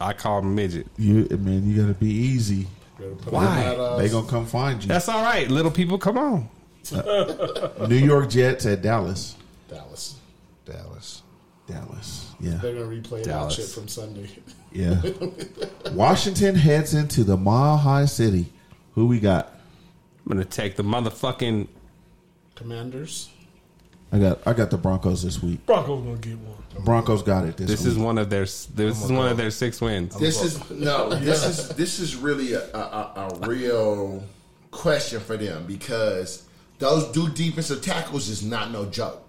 I call him midget. You man, you gotta be easy. Why? They gonna come find you. That's all right. Little people, come on. New York Jets at Dallas. Dallas. Dallas. Dallas. Yeah. They're gonna replay that Dallas. shit from Sunday. Yeah. Washington heads into the Mile High City. Who we got? I'm gonna take the motherfucking Commanders. I got I got the Broncos this week. Broncos gonna get one. Broncos got it this, This week. is one of their. This is one of their six wins. This is no. This is this is really a, a, a a real question for them because those two defensive tackles is not no joke.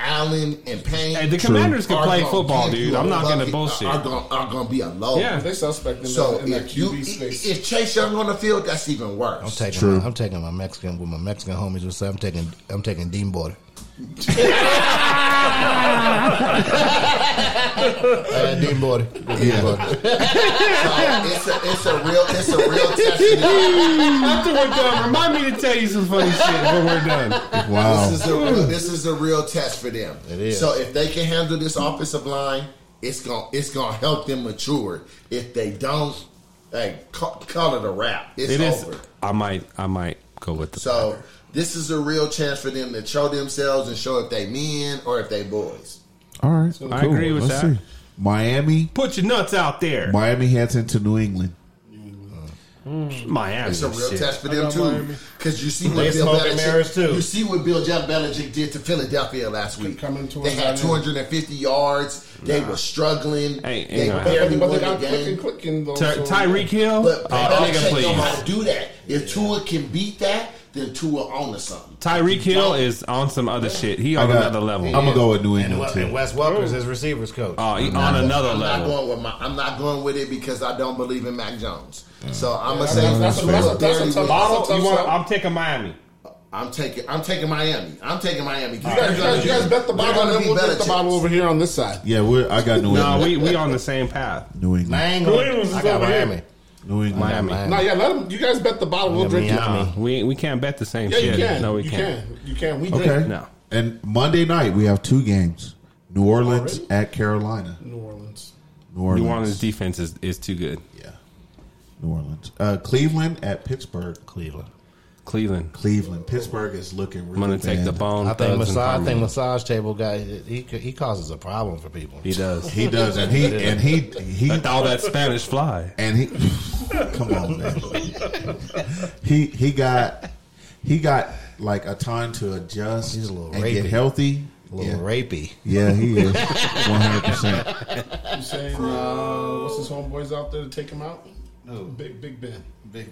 Allen and Payne. Hey, the Commanders can are play gonna football, give you dude. a I'm not gonna bucket- uh, bullshit. Are gonna, are gonna be a load. Yeah. They suspect in, So that, in that if you QB space. if Chase Young on the field, that's even worse. I'm taking. True. My, I'm taking my Mexican with my Mexican homies. With I'm taking. I'm taking Dean Border. uh, Dean Border. Dean Border. it's a it's a real it's a real test. of them. After we're done, remind me to tell you some funny shit when we're done. wow. This is a Mm. real, this is a real test for them. It is. So if they can handle this offensive line, it's gonna it's gonna help them mature. If they don't, hey, call, call it a wrap. It's It is. over. I might. I might go with the. So this is a real chance for them to show themselves and show if they men or if they boys. All right. I agree with that. Miami. put your nuts out there, Miami heads into New England. Miami. It's a real shit. test for them too, because you see what They Bill smoking mirrors, Belichick. too. You see what Bill Jeff Belichick did to Philadelphia last week. Coming They towards that had 250 yards. They were struggling. Hey, they hang on. barely but won they the got clicking, game. clicking though. Ty- so- Tyreek Hill. But Oh, uh, nigga, Belichick don't know please. how to do that. If Tua can beat that, then Tua on to something. Tyreek Hill is on some other shit. He on I got- another level. I'm gonna go with New And, England Wes- too. and Wes Welker's his receivers coach. Oh, he on another I'm not level. going with my. I'm not going with it because I don't believe in Mac Jones. Mm. So I'm gonna that's- say that's- Tua that's- that's a barely tough- wins. that's a tough- You want- I'm taking Miami. I'm taking. I'm taking Miami. I'm taking Miami. You You guys, you guys bet the bottle, and then we'll bet the bottle over here on this side. Yeah, we're, I got New No, England. we we on the same path. New England. I ain't New going. England's I over here. got Miami. New England. Miami. No, Ah, yeah, let them. You guys bet the bottle. We'll Yeah, drink it. Miami. Uh, we we can't bet the same Yeah, you shit. can. No, we you can't. can. You can. We Okay. drink. No. And Monday night we have two games. New Orleans at Carolina. New Orleans. New Orleans. New Orleans defense is, is too good. Yeah. New Orleans. Uh, Cleveland at Pittsburgh. Cleveland. Cleveland. Cleveland. Pittsburgh is looking really I'm gonna take bad. the bone. I think thugs, and massage, I think harmony. massage table guy he he causes a problem for people. He does. He does, and he and he he Let all that Spanish fly. and he come on man he he got he got like a time to adjust He's a little and get rapey. healthy A little yeah. rapey. yeah he is 100% You saying uh, what's his homeboys out there to take him out? No, Big Big Ben. Big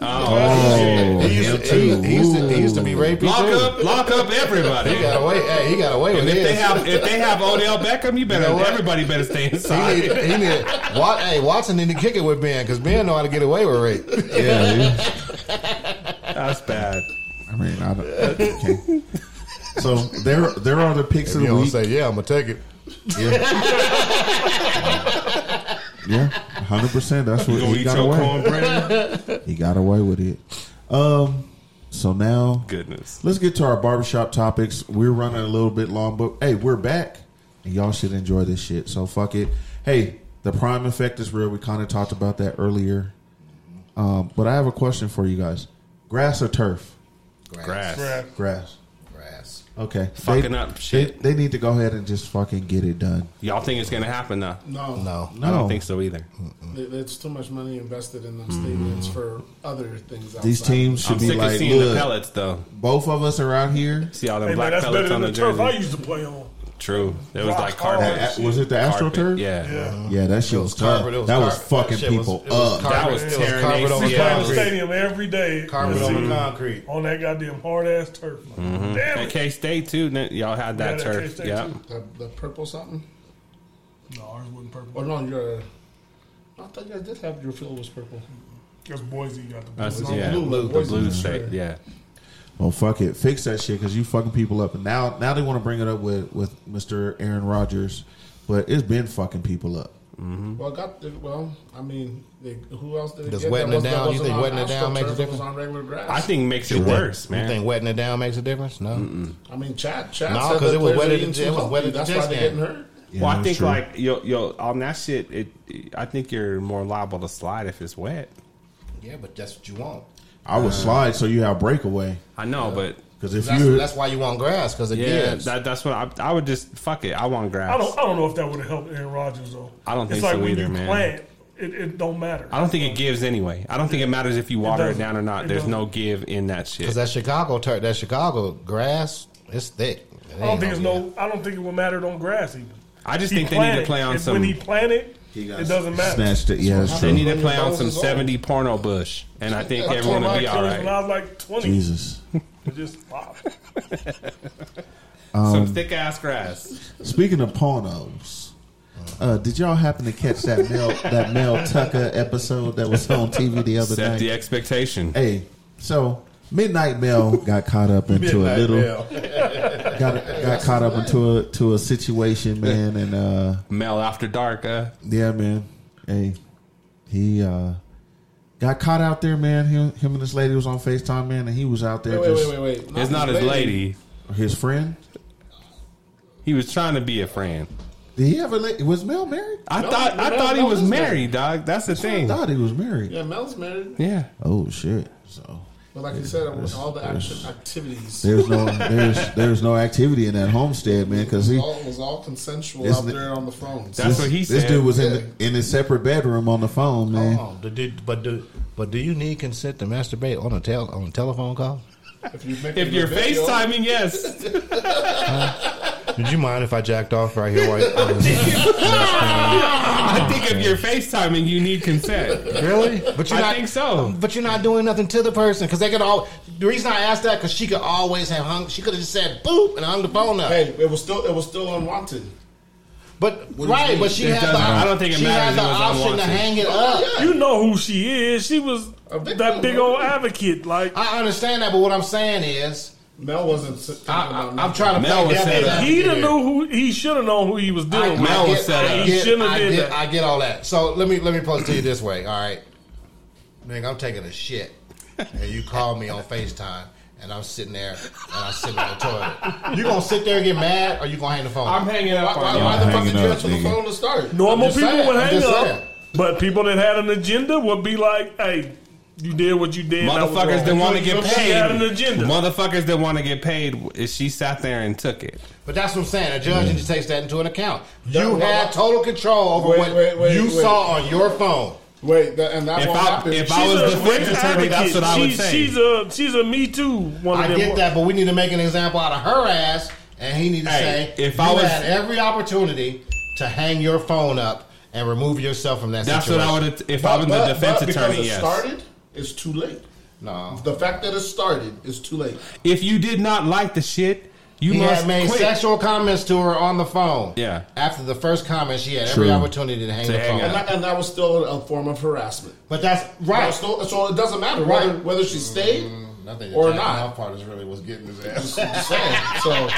Oh, He used, to, he, he used to, he used to be rapey lock too. up, lock up everybody. He got away. Hey, he got away And with if it. they have if they have Odell Beckham, you better You know what? everybody better stay he inside. need, he need, Wat, hey, Watson need to kick it with Ben because Ben know how to get away with rape. yeah he- That's bad. I mean I don't okay. so there there are the picks If of you the don't week say yeah, I'm gonna take it. yeah yeah 100% that's You what gonna he eat got your away cornbread? he got away with it um so now Goodness. Let's get to our barbershop topics. We're running a little bit long, but hey, we're back. And y'all should enjoy this shit. So fuck it. Hey, the prime effect is real. We kind of talked about that earlier. Um, but I have a question for you guys grass or turf? Grass. Grass. Grass. Okay. Fucking they, up shit. They, they need to go ahead and just fucking get it done. Y'all think it's gonna happen now? No, No. No. I don't think so either. Th- There's too much money invested in them stadiums for other things. Outside. These teams should I'm be sick of like, seeing the look, pellets though. both of us around here. See all them Hey, man, black that's better pellets on than the the turf I jersey. used to play on. True. There was like Rock hard. carpet. That- was it the Carpet. AstroTurf? Yeah. Yeah, that shit was, tough. carpet, it was that was carpet. fucking That shit was- people it was up. carpet. That was It was tearing carpet on the See, yeah. ACLs. the stadium every day. Carpet to on see the concrete. on that goddamn hard ass turf. Damn At it! K State too, n- y'all had Yeah, that that turf. K-State Yeah, too. The, the purple something. No, ours wasn't purple. Oh no, your. I thought you guys did have your field was purple. That's Boise got the That's- blue. No, yeah, blue, blue, the blue, blue. state. Yeah, Well, fuck it, fix that shit because you fucking people up, and now now they want to bring it up with with Mister Aaron Rodgers, but it's been fucking people up. Well, got the, well. I mean, they, who else did they Does get? wetting that it was- that down- you wasn't think on wetting it down astroturf, makes a that difference? Was on regular grass. I think makes it worse, You man. think wetting it down makes a difference? No. I mean, Chad. Chad No, said 'cause that it was players wetted- are eating it too was healthy. wetted That's to why death they're then. getting hurt. Yeah, well, I that's think true. like yo yo on that shit, it, I think you're more liable to slide if it's wet. Yeah, but that's what you want. I would slide so you have breakaway I know, but because if That's, you that's why you want grass because it yeah, gives. that, that's what I, I would just fuck it. I want grass. I don't. I don't know if that would have helped Aaron Rodgers though. I don't think it's like so when either, you man. Plant, it, it don't matter. I don't think it gives anyway. I don't think it matters if you water it, doesn't. down or not. It There's doesn't. no give in that shit. Because that Chicago turf, that Chicago grass, it's thick. It I don't ain't think it's gonna no. I don't think it would matter on grass even. I just He think they need to planted. play on If- some. When he planted, it doesn't matter. snatched it, yeah, that's they true. need to play on Those some is all. seventy porno bush, and I think I tore everyone will my be all Achilles When I right. was like twenty, Jesus. it just popped. Um, Some thick ass grass. Speaking of pornos, uh, did y'all happen to catch that Mel that Mel Tucker episode that was on TV the other Set night? the expectation. hey, so Midnight Mel got caught up into a little got got caught up into a to a situation, man, and uh, Mel after dark. Uh, yeah, man, hey, he uh, got caught out there, man. Him, him and this lady was on Facetime, man, and he was out there Wait, wait, just wait, wait, wait. it's not his lady. his friend. He was trying to be a friend. Did he ever? La- was Mel married? I thought I no, thought he no, was he's not. married, dog. That's the I thing. thought he was married. Yeah, Mel's married. Yeah. Oh shit! So But like you said, it was all the action activities. It there's no there's there's no activity in that homestead, man, because he. Oh, all- it was all consensual It's out the- there on the phones. That's what he said. This dude was in the, in his separate bedroom on the phone, Hold man. on, but do- but do but do you need consent to masturbate on a tel- on a telephone call? If, you make if a you're video, FaceTiming, yes. Did you mind if I jacked off right here? Right on this- I think if you're FaceTiming, you need consent. really? But I think so. But you're not doing nothing to the person because they could all. The reason I asked that because she could always have hung. She could have just said boop and hung the phone up. Hey, it was still it was still unwanted. But right, but she It had the. doesn't- I don't think it she matters had the if it was option to unwanted. hang Oh, it up. You know who she is. She was big that old big girl. old advocate. Like I understand that, but what I'm saying is, Mel wasn't. s- thinking I, about I, I'm nothing. trying to Mel play was set devil's up. he advocate didn't know who he should have known who he was I, dealing with. Mel I was get, set I up. He get- shouldn't have I did get- that. I get all that. So let me let me pose to you this way. All right, nigga, I'm taking a shit, and you call me on Facetime, and I'm sitting there and I'm sitting on the toilet. You gonna sit there and get mad, or you gonna hang the phone? I'm hanging up Why, on why, you. why the fuck Hanging did you up, answer the nigga. phone to start? Normal I'm just people saying, would I'm hang just up, saying. but people that had an agenda would be like, "Hey, you did what you did." that was Motherfuckers wrong." that want to You get know, She had an paid. agenda. Motherfuckers that want to get paid. If she sat there and took it, But that's what I'm saying. A judge just takes that into an account. That- You well, had well- total control over Wait, what wait, wait, you wait. saw on your phone. Wait, that, and that If won't I- happen. if I was defense attorney, that's what I would She's- say. She's a she's a Me Too. One of I them get wa- that, but we need to make an example out of her ass, and he need to Hey, say, if "You I was- had every opportunity to hang your phone up and remove yourself from that That's what situation." I would've- if I was the defense because attorney, it yes. started, it's too late. No, The fact that it started is too late. if you did not like the shit, you he must had made quit. sexual comments to her on the phone. Yeah. After the first comment, she had True. every opportunity to hang To the hang phone. up. And that, and that was still a form of harassment. But that's That right. was still- so it doesn't matter Right. whether, whether she stayed Nothing or not. part is really what's getting his That's what I'm saying. So,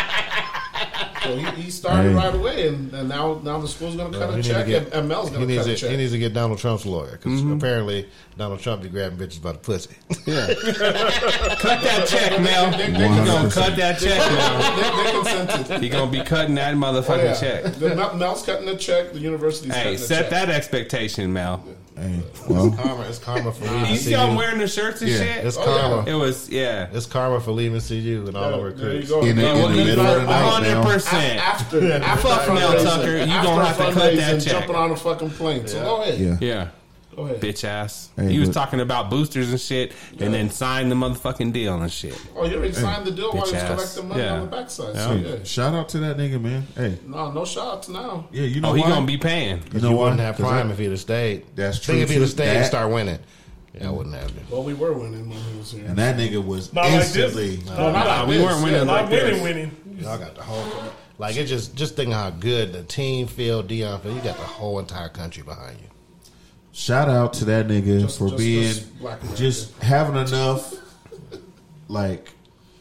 so he, he started Hey. right away, and, and now now the school's going to cut a check, and, and Mel's he, going to needs cut a to, check. he needs to get Donald Trump's lawyer because apparently Donald Trump be grabbing bitches by the pussy. Yeah. cut that check, Mel. They- He they- they- gonna cut that they- check, Mel. They, they consented. He gonna be cutting that motherfucking Oh, yeah. check. The, Mel- Mel's cutting a check. The university's Hey, cutting a set check. that expectation, Mel. It's karma. It's karma for leaving. You see I'm CU. wearing the shirts and Yeah, shit. It's Oh, karma. It was yeah. It's karma for leaving CU and all the recruits. In the, in the middle of the night, Hundred Mel. percent. After, after Fuck fundraising, Mel Tucker. You after gonna have to cut that fundraising, check. Jumping on a fucking plane. So go ahead. Yeah. Yeah. Go ahead. Bitch ass. Hey, he was but- talking about boosters and shit, and then signed the motherfucking deal and shit. Oh, you already signed the deal while Bitch you was ass. collecting money Yeah. on the backside. So, Yeah. yeah. Shout out to that nigga, man. Hey, No, no shout outs now. yeah, you know Oh, he why? gonna be paying. You You, know why? wouldn't have 'Cause prime I- if he'd have stayed. That's Think true, If he'd too. have stayed, and That- start winning. Yeah, I wouldn't have been. Well, we were winning when he was here. and that nigga was Not like instantly. this. Nah, we weren't winning Not like winning, this. winning. Y'all got the whole. Like it just just think how good the team feel, Dion feel. You got the whole entire country behind you. Shout out to that nigga Just- for just- being just black America. just having enough like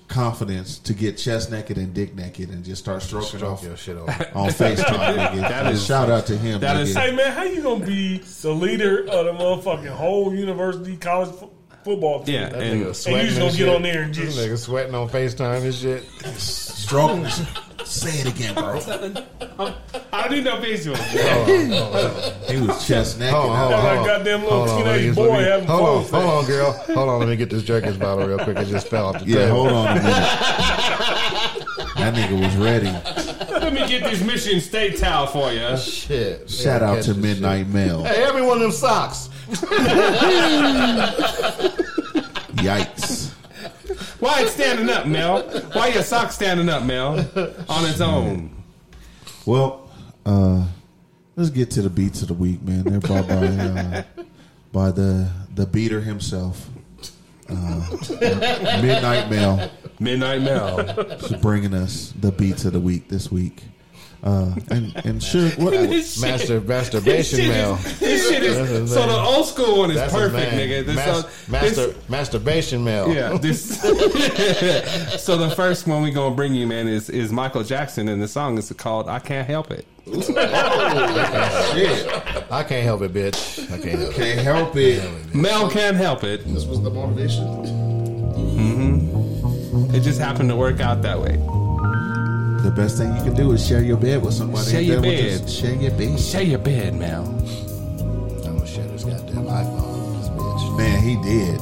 confidence to get chest naked and dick naked and just start stroking Stroke off your shit off. on FaceTime. nigga. That is- shout out to him. that nigga. is- Hey man, how you gonna be the leader of the motherfucking whole university college fo- football team? Yeah, That and nigga was And you sweating just gonna and get shit. on there and This just nigga sweating on Facetime and shit. stroking. Say it again, bro. I need no visual. He was chest naked. Hold on, Got that hold on, hold on. goddamn little Hold on, teenage ladies, boy let me- having Hold on, fun. hold on, girl. Hold on, let me get this Jerkins bottle real quick. It just fell off the Yeah, table. hold on. A minute. that nigga was ready. Let me get this Michigan State towel for you. Shit. Shout Yeah, out catch to this shit. Midnight Mail. Hey, every one of them socks. Yikes. Why it's standing up, Mel? Why your sock standing up, Mel? On its own. Well, uh, let's get to the beats of the week, man. They're brought by uh, by the the beater himself, uh, Midnight Mail, Midnight Mel. is bringing us the beats of the week this week. Uh, and and sure, what, This shit- Master This masturbation shit mail. is, this shit That's his is so name. the old school one is That's his perfect, name. nigga. This, Mas- uh, this- master masturbation mail. yeah, this. so the first one we gonna bring you, man, is is Michael Jackson, and the song is called "I Can't Help It." I can't help it, bitch. I can't help it. can't help it. Mel can't help it. This was the motivation. Mm-hmm. It just happened to work out that way. The best thing you can do is share your bed with somebody. Share your That would just- bed. Share your bed. Share your bed, Mel. I'm gonna share this goddamn iPhone. This bitch. Man, he did.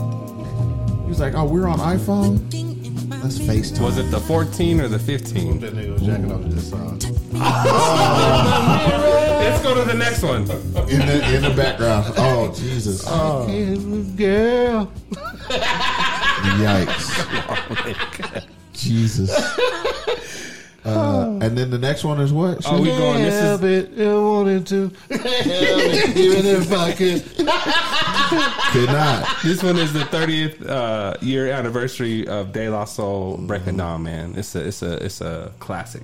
He was like, "Oh, we're on iPhone. Let's FaceTime." Was it the 14 or the 15? That nigga was jacking off to this song. Let's go to the next one. in the in the background. Oh Jesus! Girl. Yikes! Jesus! Uh, Oh. and then the next one is what? Oh, we going. This is Help it, I wanted to. Help it, even if I could. Could not. This one is the 30th uh, year anniversary of De La Soul Breaking Down, man. It's a it's a it's a classic.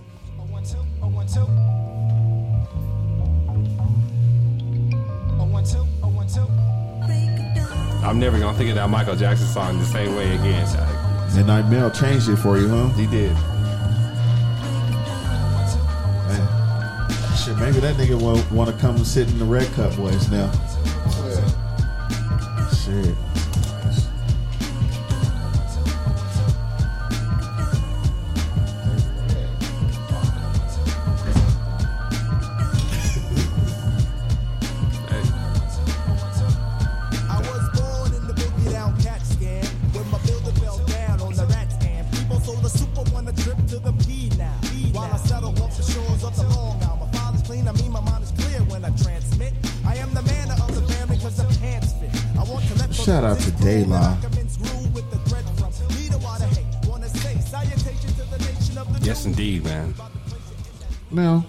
I'm never gonna think of that Michael Jackson song the same way again. Shaq. Midnight Mail changed it for you, huh? He did. Shit, maybe that nigga won't want to come and sit in the red cup ways now. Shit. Shout out to Dayla. Yes, indeed, man. Now,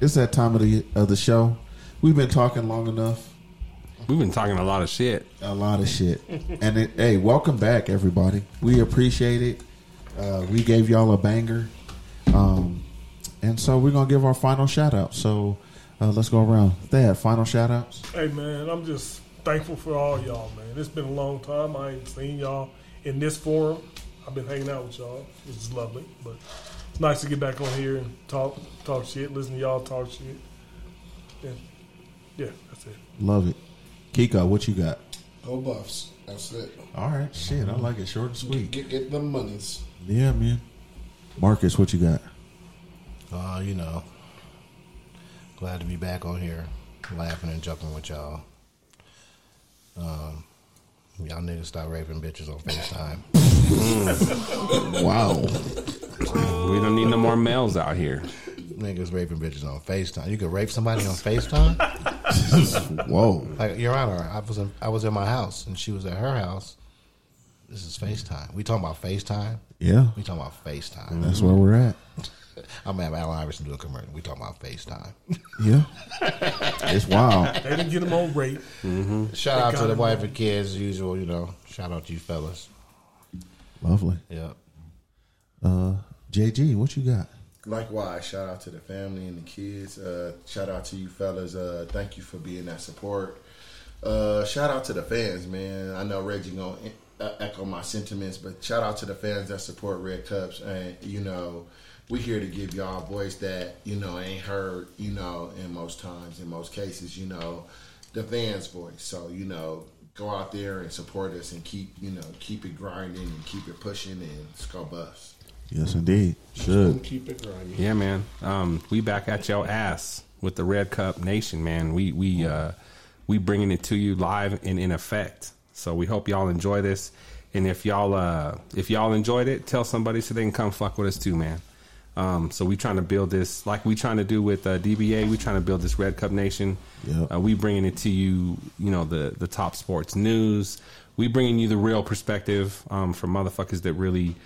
it's that time of the of the show. We've been talking long enough. We've been talking a lot of shit. A lot of shit. and it, hey, welcome back, everybody. We appreciate it. Uh, we gave y'all a banger. Um, and so we're going to give our final shout out. So uh, let's go around. Thad, final shout outs. Hey man, I'm just thankful for all y'all, man. It's been a long time. I ain't seen y'all in this forum. I've been hanging out with y'all, which is lovely. But it's nice to get back on here and talk talk shit, listen to y'all talk shit. And yeah, that's it. Love it. Kiko, what you got? Go Buffs. That's it. All right. Shit, I like it. Short and sweet. Get get them monies. Yeah, man. Marcus, what you got? Uh, you know, glad to be back on here, laughing and jumping with y'all. Um, y'all niggas stop raping bitches on FaceTime. wow, we don't need no more males out here. Niggas raping bitches on FaceTime. You could rape somebody on FaceTime. Whoa! Like Your Honor, I was in, I was in my house and she was at her house. This is FaceTime. We talking about FaceTime. Yeah. We talking about FaceTime. That's where we're at. I'm gonna have Alan Iverson do a commercial. We talking about FaceTime. Yeah, it's wild. They didn't get them on rape. Mm-hmm. Shout They out to got the him wife on- and kids, as usual. You know, shout out to you fellas. Lovely. Yeah. Uh, JG, what you got? Likewise, shout out to the family and the kids. Uh, shout out to you fellas. Uh, thank you for being that support. Uh, shout out to the fans, man. I know Reggie gonna uh, echo my sentiments, but shout out to the fans that support Red Cups. And you know, we here to give y'all a voice that you know ain't heard. You know, in most times, in most cases, you know, the fans' voice. So you know, go out there and support us and keep you know keep it grinding and keep it pushing and skull bust. Yes, indeed. Should. Keep it grinding. Yeah, man. Um, we back at your ass with the Red Cup Nation, man. We we uh, we bringing it to you live and in effect. So we hope y'all enjoy this. And if y'all uh, if y'all enjoyed it, tell somebody so they can come fuck with us too, man. Um, so we trying to build this like we trying to do with uh, DBA. We trying to build this Red Cup Nation. Uh, we bringing it to you, you know, the the top sports news. We bringing you the real perspective um, from motherfuckers that really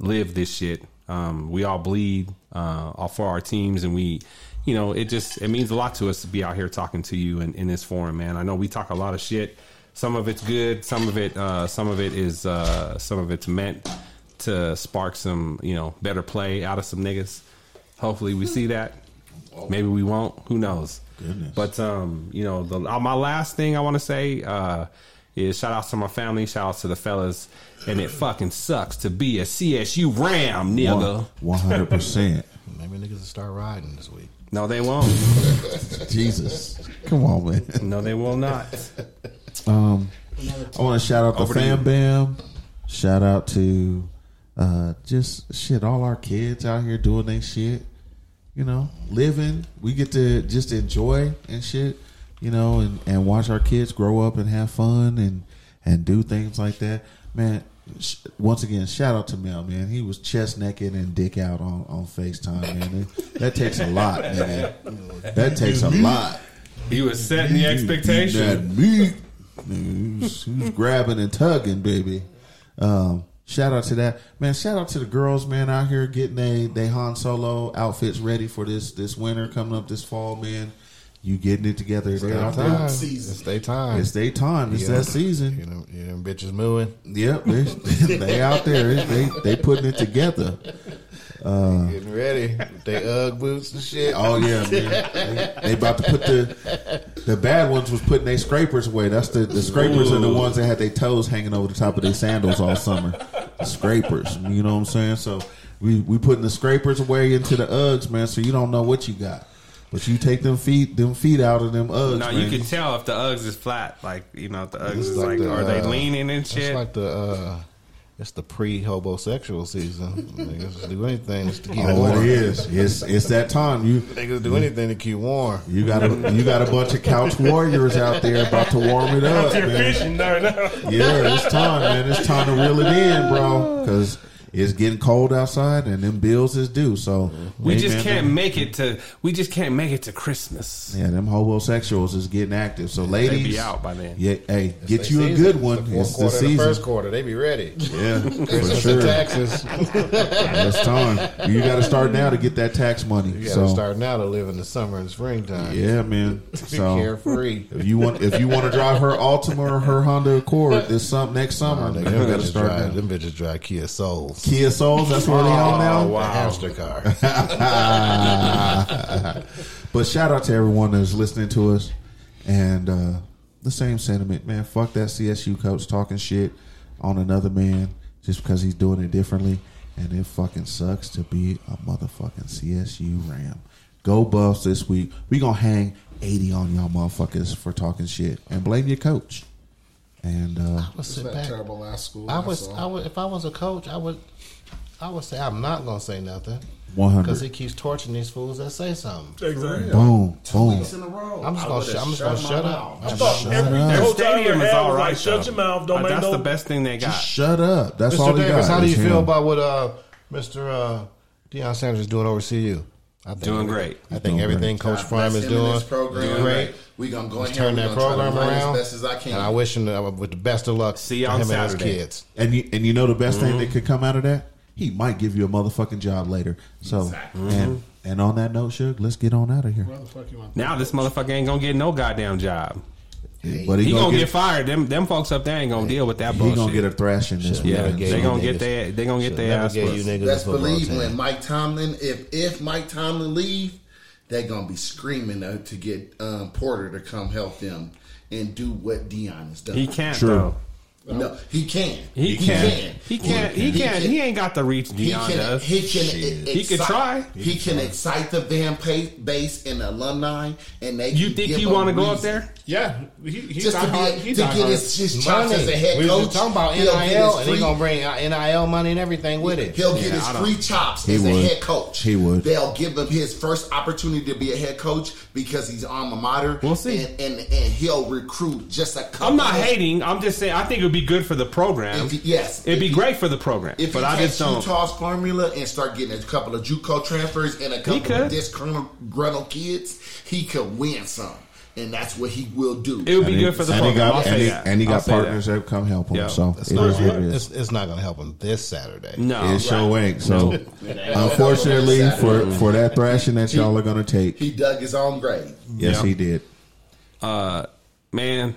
live this shit. Um, we all bleed uh, all for our teams, and we, you know, it just it means a lot to us to be out here talking to you in, in this forum, man. I know we talk a lot of shit. Some of it's good, some of it, uh, some of it is, uh, some of it's meant to spark some, you know, better play out of some niggas. Hopefully, we see that. Maybe we won't. Who knows? But um, you know, the, uh, my last thing I want to say uh, is shout outs to my family, shout outs to the fellas, and it fucking sucks to be a CSU Ram, nigga. One hundred percent. Maybe niggas will start riding this week. No, they won't. Jesus, come on, man. No, they will not. Um, I want to shout out Over to to Fam you. Bam. Shout out to uh, just shit, all our kids out here doing their shit. You know, living. We get to just enjoy and shit. You know, and and watch our kids grow up and have fun and and do things like that. Man, sh- once again, shout out to Mel. Man, he was chest naked and dick out on on Facetime. Man, that, that takes a lot, man. That takes a lot. He was setting the That expectation. meat. Who's, who's grabbing and tugging, baby? Um, shout out to that man. Shout out to the girls, man, out here getting they they Han Solo outfits ready for this this winter coming up this fall, man. You getting it together? It's their out time. there. It's their time. It's their time. It's You that know- season. You know, you know, bitches mooing. Yep, they, they out there. They they putting it together. Uh, Getting ready. with They UGG boots and shit. Oh yeah, man. They, they about to put the the bad ones was putting their scrapers away. That's the the scrapers are the ones that had their toes hanging over the top of their sandals all summer. Scrapers, you know what I'm saying? So we we putting the scrapers away into the Uggs, man. So you don't know what you got, but you take them feet them feet out of them Uggs. No, you man. can tell if the Uggs is flat. Like you know, if the Uggs It's is like like, the, are they uh, leaning and it's shit? like the uh, it's the pre homosexual season. niggas do anything just to keep Oh, warm. it is. It's it's that time. You Niggas do anything to keep warm. you got a you got a bunch of couch warriors out there about to warm it up, Out there man. fishing, no, no. Yeah, it's time, man. It's time to reel it in, bro. Because it's getting cold outside, and them bills is due. So We hey, just man, can't them- make it to. We just can't make it to Christmas. Yeah, them homosexuals is getting active. So They be ladies, out by then. Yeah, hey, It's get the you a season. good one. It's It's the the, quarter, the fourth season. first quarter, they be ready. Yeah, for Christmas sure. and taxes. That's time. You got to start now to get that tax money. You so gotta start now to live in the summer and springtime. yeah, man. So carefree. If you want, if you want to drive her Altima or her Honda Accord this sum next summer, Nah, you nigga, got them to bitches start now. drive- Them bitches drive Kia Souls. Kia Souls, that's where they are now? The hamster car. but shout out to everyone that's listening to us and uh, the same sentiment, man. Fuck that CSU coach talking shit on another man just because he's doing it differently. And it fucking sucks to be a motherfucking CSU Ram. Go Buffs this week. We gonna hang eighty on y'all motherfuckers for talking shit and blame your coach. And uh, I would sit That back. terrible last school. I that's was, all. I would, if I was a coach, I would, I would say I'm not gonna say nothing. 100. because he keeps torturing these fools that say something. Exactly. boom, boom. in a row. I'm just I gonna, would've shut, I'm just gonna my Oh, shut up. mouth. I'm I just thought shut every- up. the whole time Stadium we is had all was right. like, shut though. your mouth, don't Uh, make that's no- the best thing they got. Shut up. That's all Mr. he Davis, got how do you is feel him. about what uh, Mr. Uh, Deion Sanders is doing over CU? I think Doing great. I think Doing everything great. Coach God Prime is bless him in doing this program. doing great. We gonna go Let's in here, turn we that gonna try to program run as around best as I can. And I wish him the, with the best of luck. See you to on him and his Saturday. kids. And you and you know the best thing Mm-hmm. that could come out of that? He might give you a motherfucking job later. So and Mm-hmm. and on that note, Suge, let's get on out of here. Where the fuck you want? Now this motherfucker ain't gonna get no goddamn job. But he, He, gonna, get, fired. Them them folks up there ain't gonna deal with that he bullshit. gonna get a thrashing this week. yeah, Never gave they you gonna niggas- get their they gonna get should their never ass. gave whooped. you niggas a Best football believe team. when Mike Tomlin, if if Mike Tomlin leave, they gonna be screaming uh, to get um, Porter to come help them and do what Dion has done. He can't True. though. No, he can. He can't. He can't. He can't. He ain't got the reach He Deion can. does. He can. Shit. e- He could excite- try. He can excite the fan pa- base and alumni, and they. You can think give he them want to go up reason. there? Yeah, he, he's Just to, not hard. be, He's to not get hard. his, his chops Money. as a head we coach. was just talking about He'll get his NIL, and free- he gonna bring NIL money and everything with it. He'll get Yeah, I his don't- free chops He as would. a head coach. He would. They'll give him his first opportunity to be a head coach because he's alma mater. We'll see. And and, and he'll recruit just a couple. I'm not of- hating. I'm just saying I think it would be good for the program. If he- yes. it'd be If he- great for the program. If But he I takes just don't. Utah's formula and start getting a couple of JUCO transfers and a couple could. of disgruntled kids, he could win some, and that's what he will do. It would be And he- good for the and he program. got- I'll say and he- that. and he I'll got say that. partners that come help him. Yeah. So It's it is not, what it it's, is. it's not gonna help him this Saturday. No, It sure ain't. So unfortunately for for that thrashing that y'all are gonna take, He dug his own grave. yes Yeah. he did. uh, man,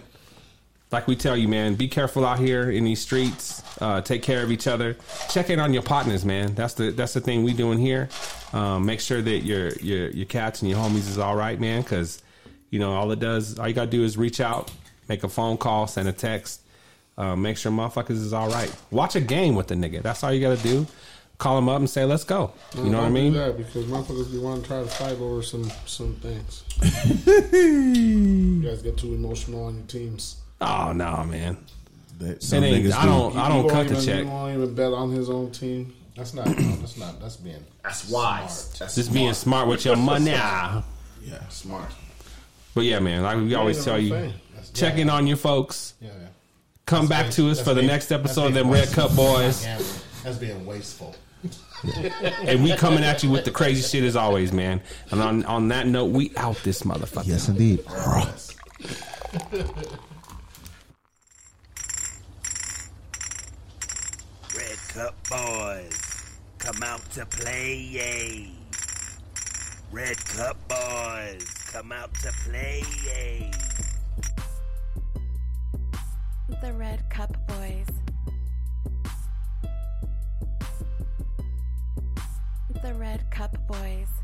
like we tell you, man, be careful out here in these streets. Uh, take care of each other. Check in on your partners, man. That's the that's the thing we doing here. Um, make sure that your your your cats and your homies is all right, man. Because you know all it does, all you gotta do is reach out, make a phone call, send a text, uh, make sure motherfuckers is all right. Watch a game with the nigga. That's all you gotta do. Call him up and say, "Let's go." You know what I Don't do mean? that because motherfuckers be wanting to try to fight over some some things. you guys get too emotional on your teams. Oh no, man. That It some ain't, niggas I don't. do. I don't He cut won't the even- check. He won't even bet on his own team. That's not. No, that's not. That's being. That's wise. That's Just being smart with your money. but yeah, smart. yeah, man, like we always tell you, check in on your folks. Yeah, yeah. Come back to us That's for the being- next that's episode of being them Red wasteful. Cup Boys, Yeah, that's being wasteful. and we coming at you with the crazy shit as always, man. And on on that note, we out this motherfucker. Yes indeed. Red Cup Boys, come out to play, yay. Red Cup Boys, come out to play, yay. The Red Cup Boys. The Red Cup Boys.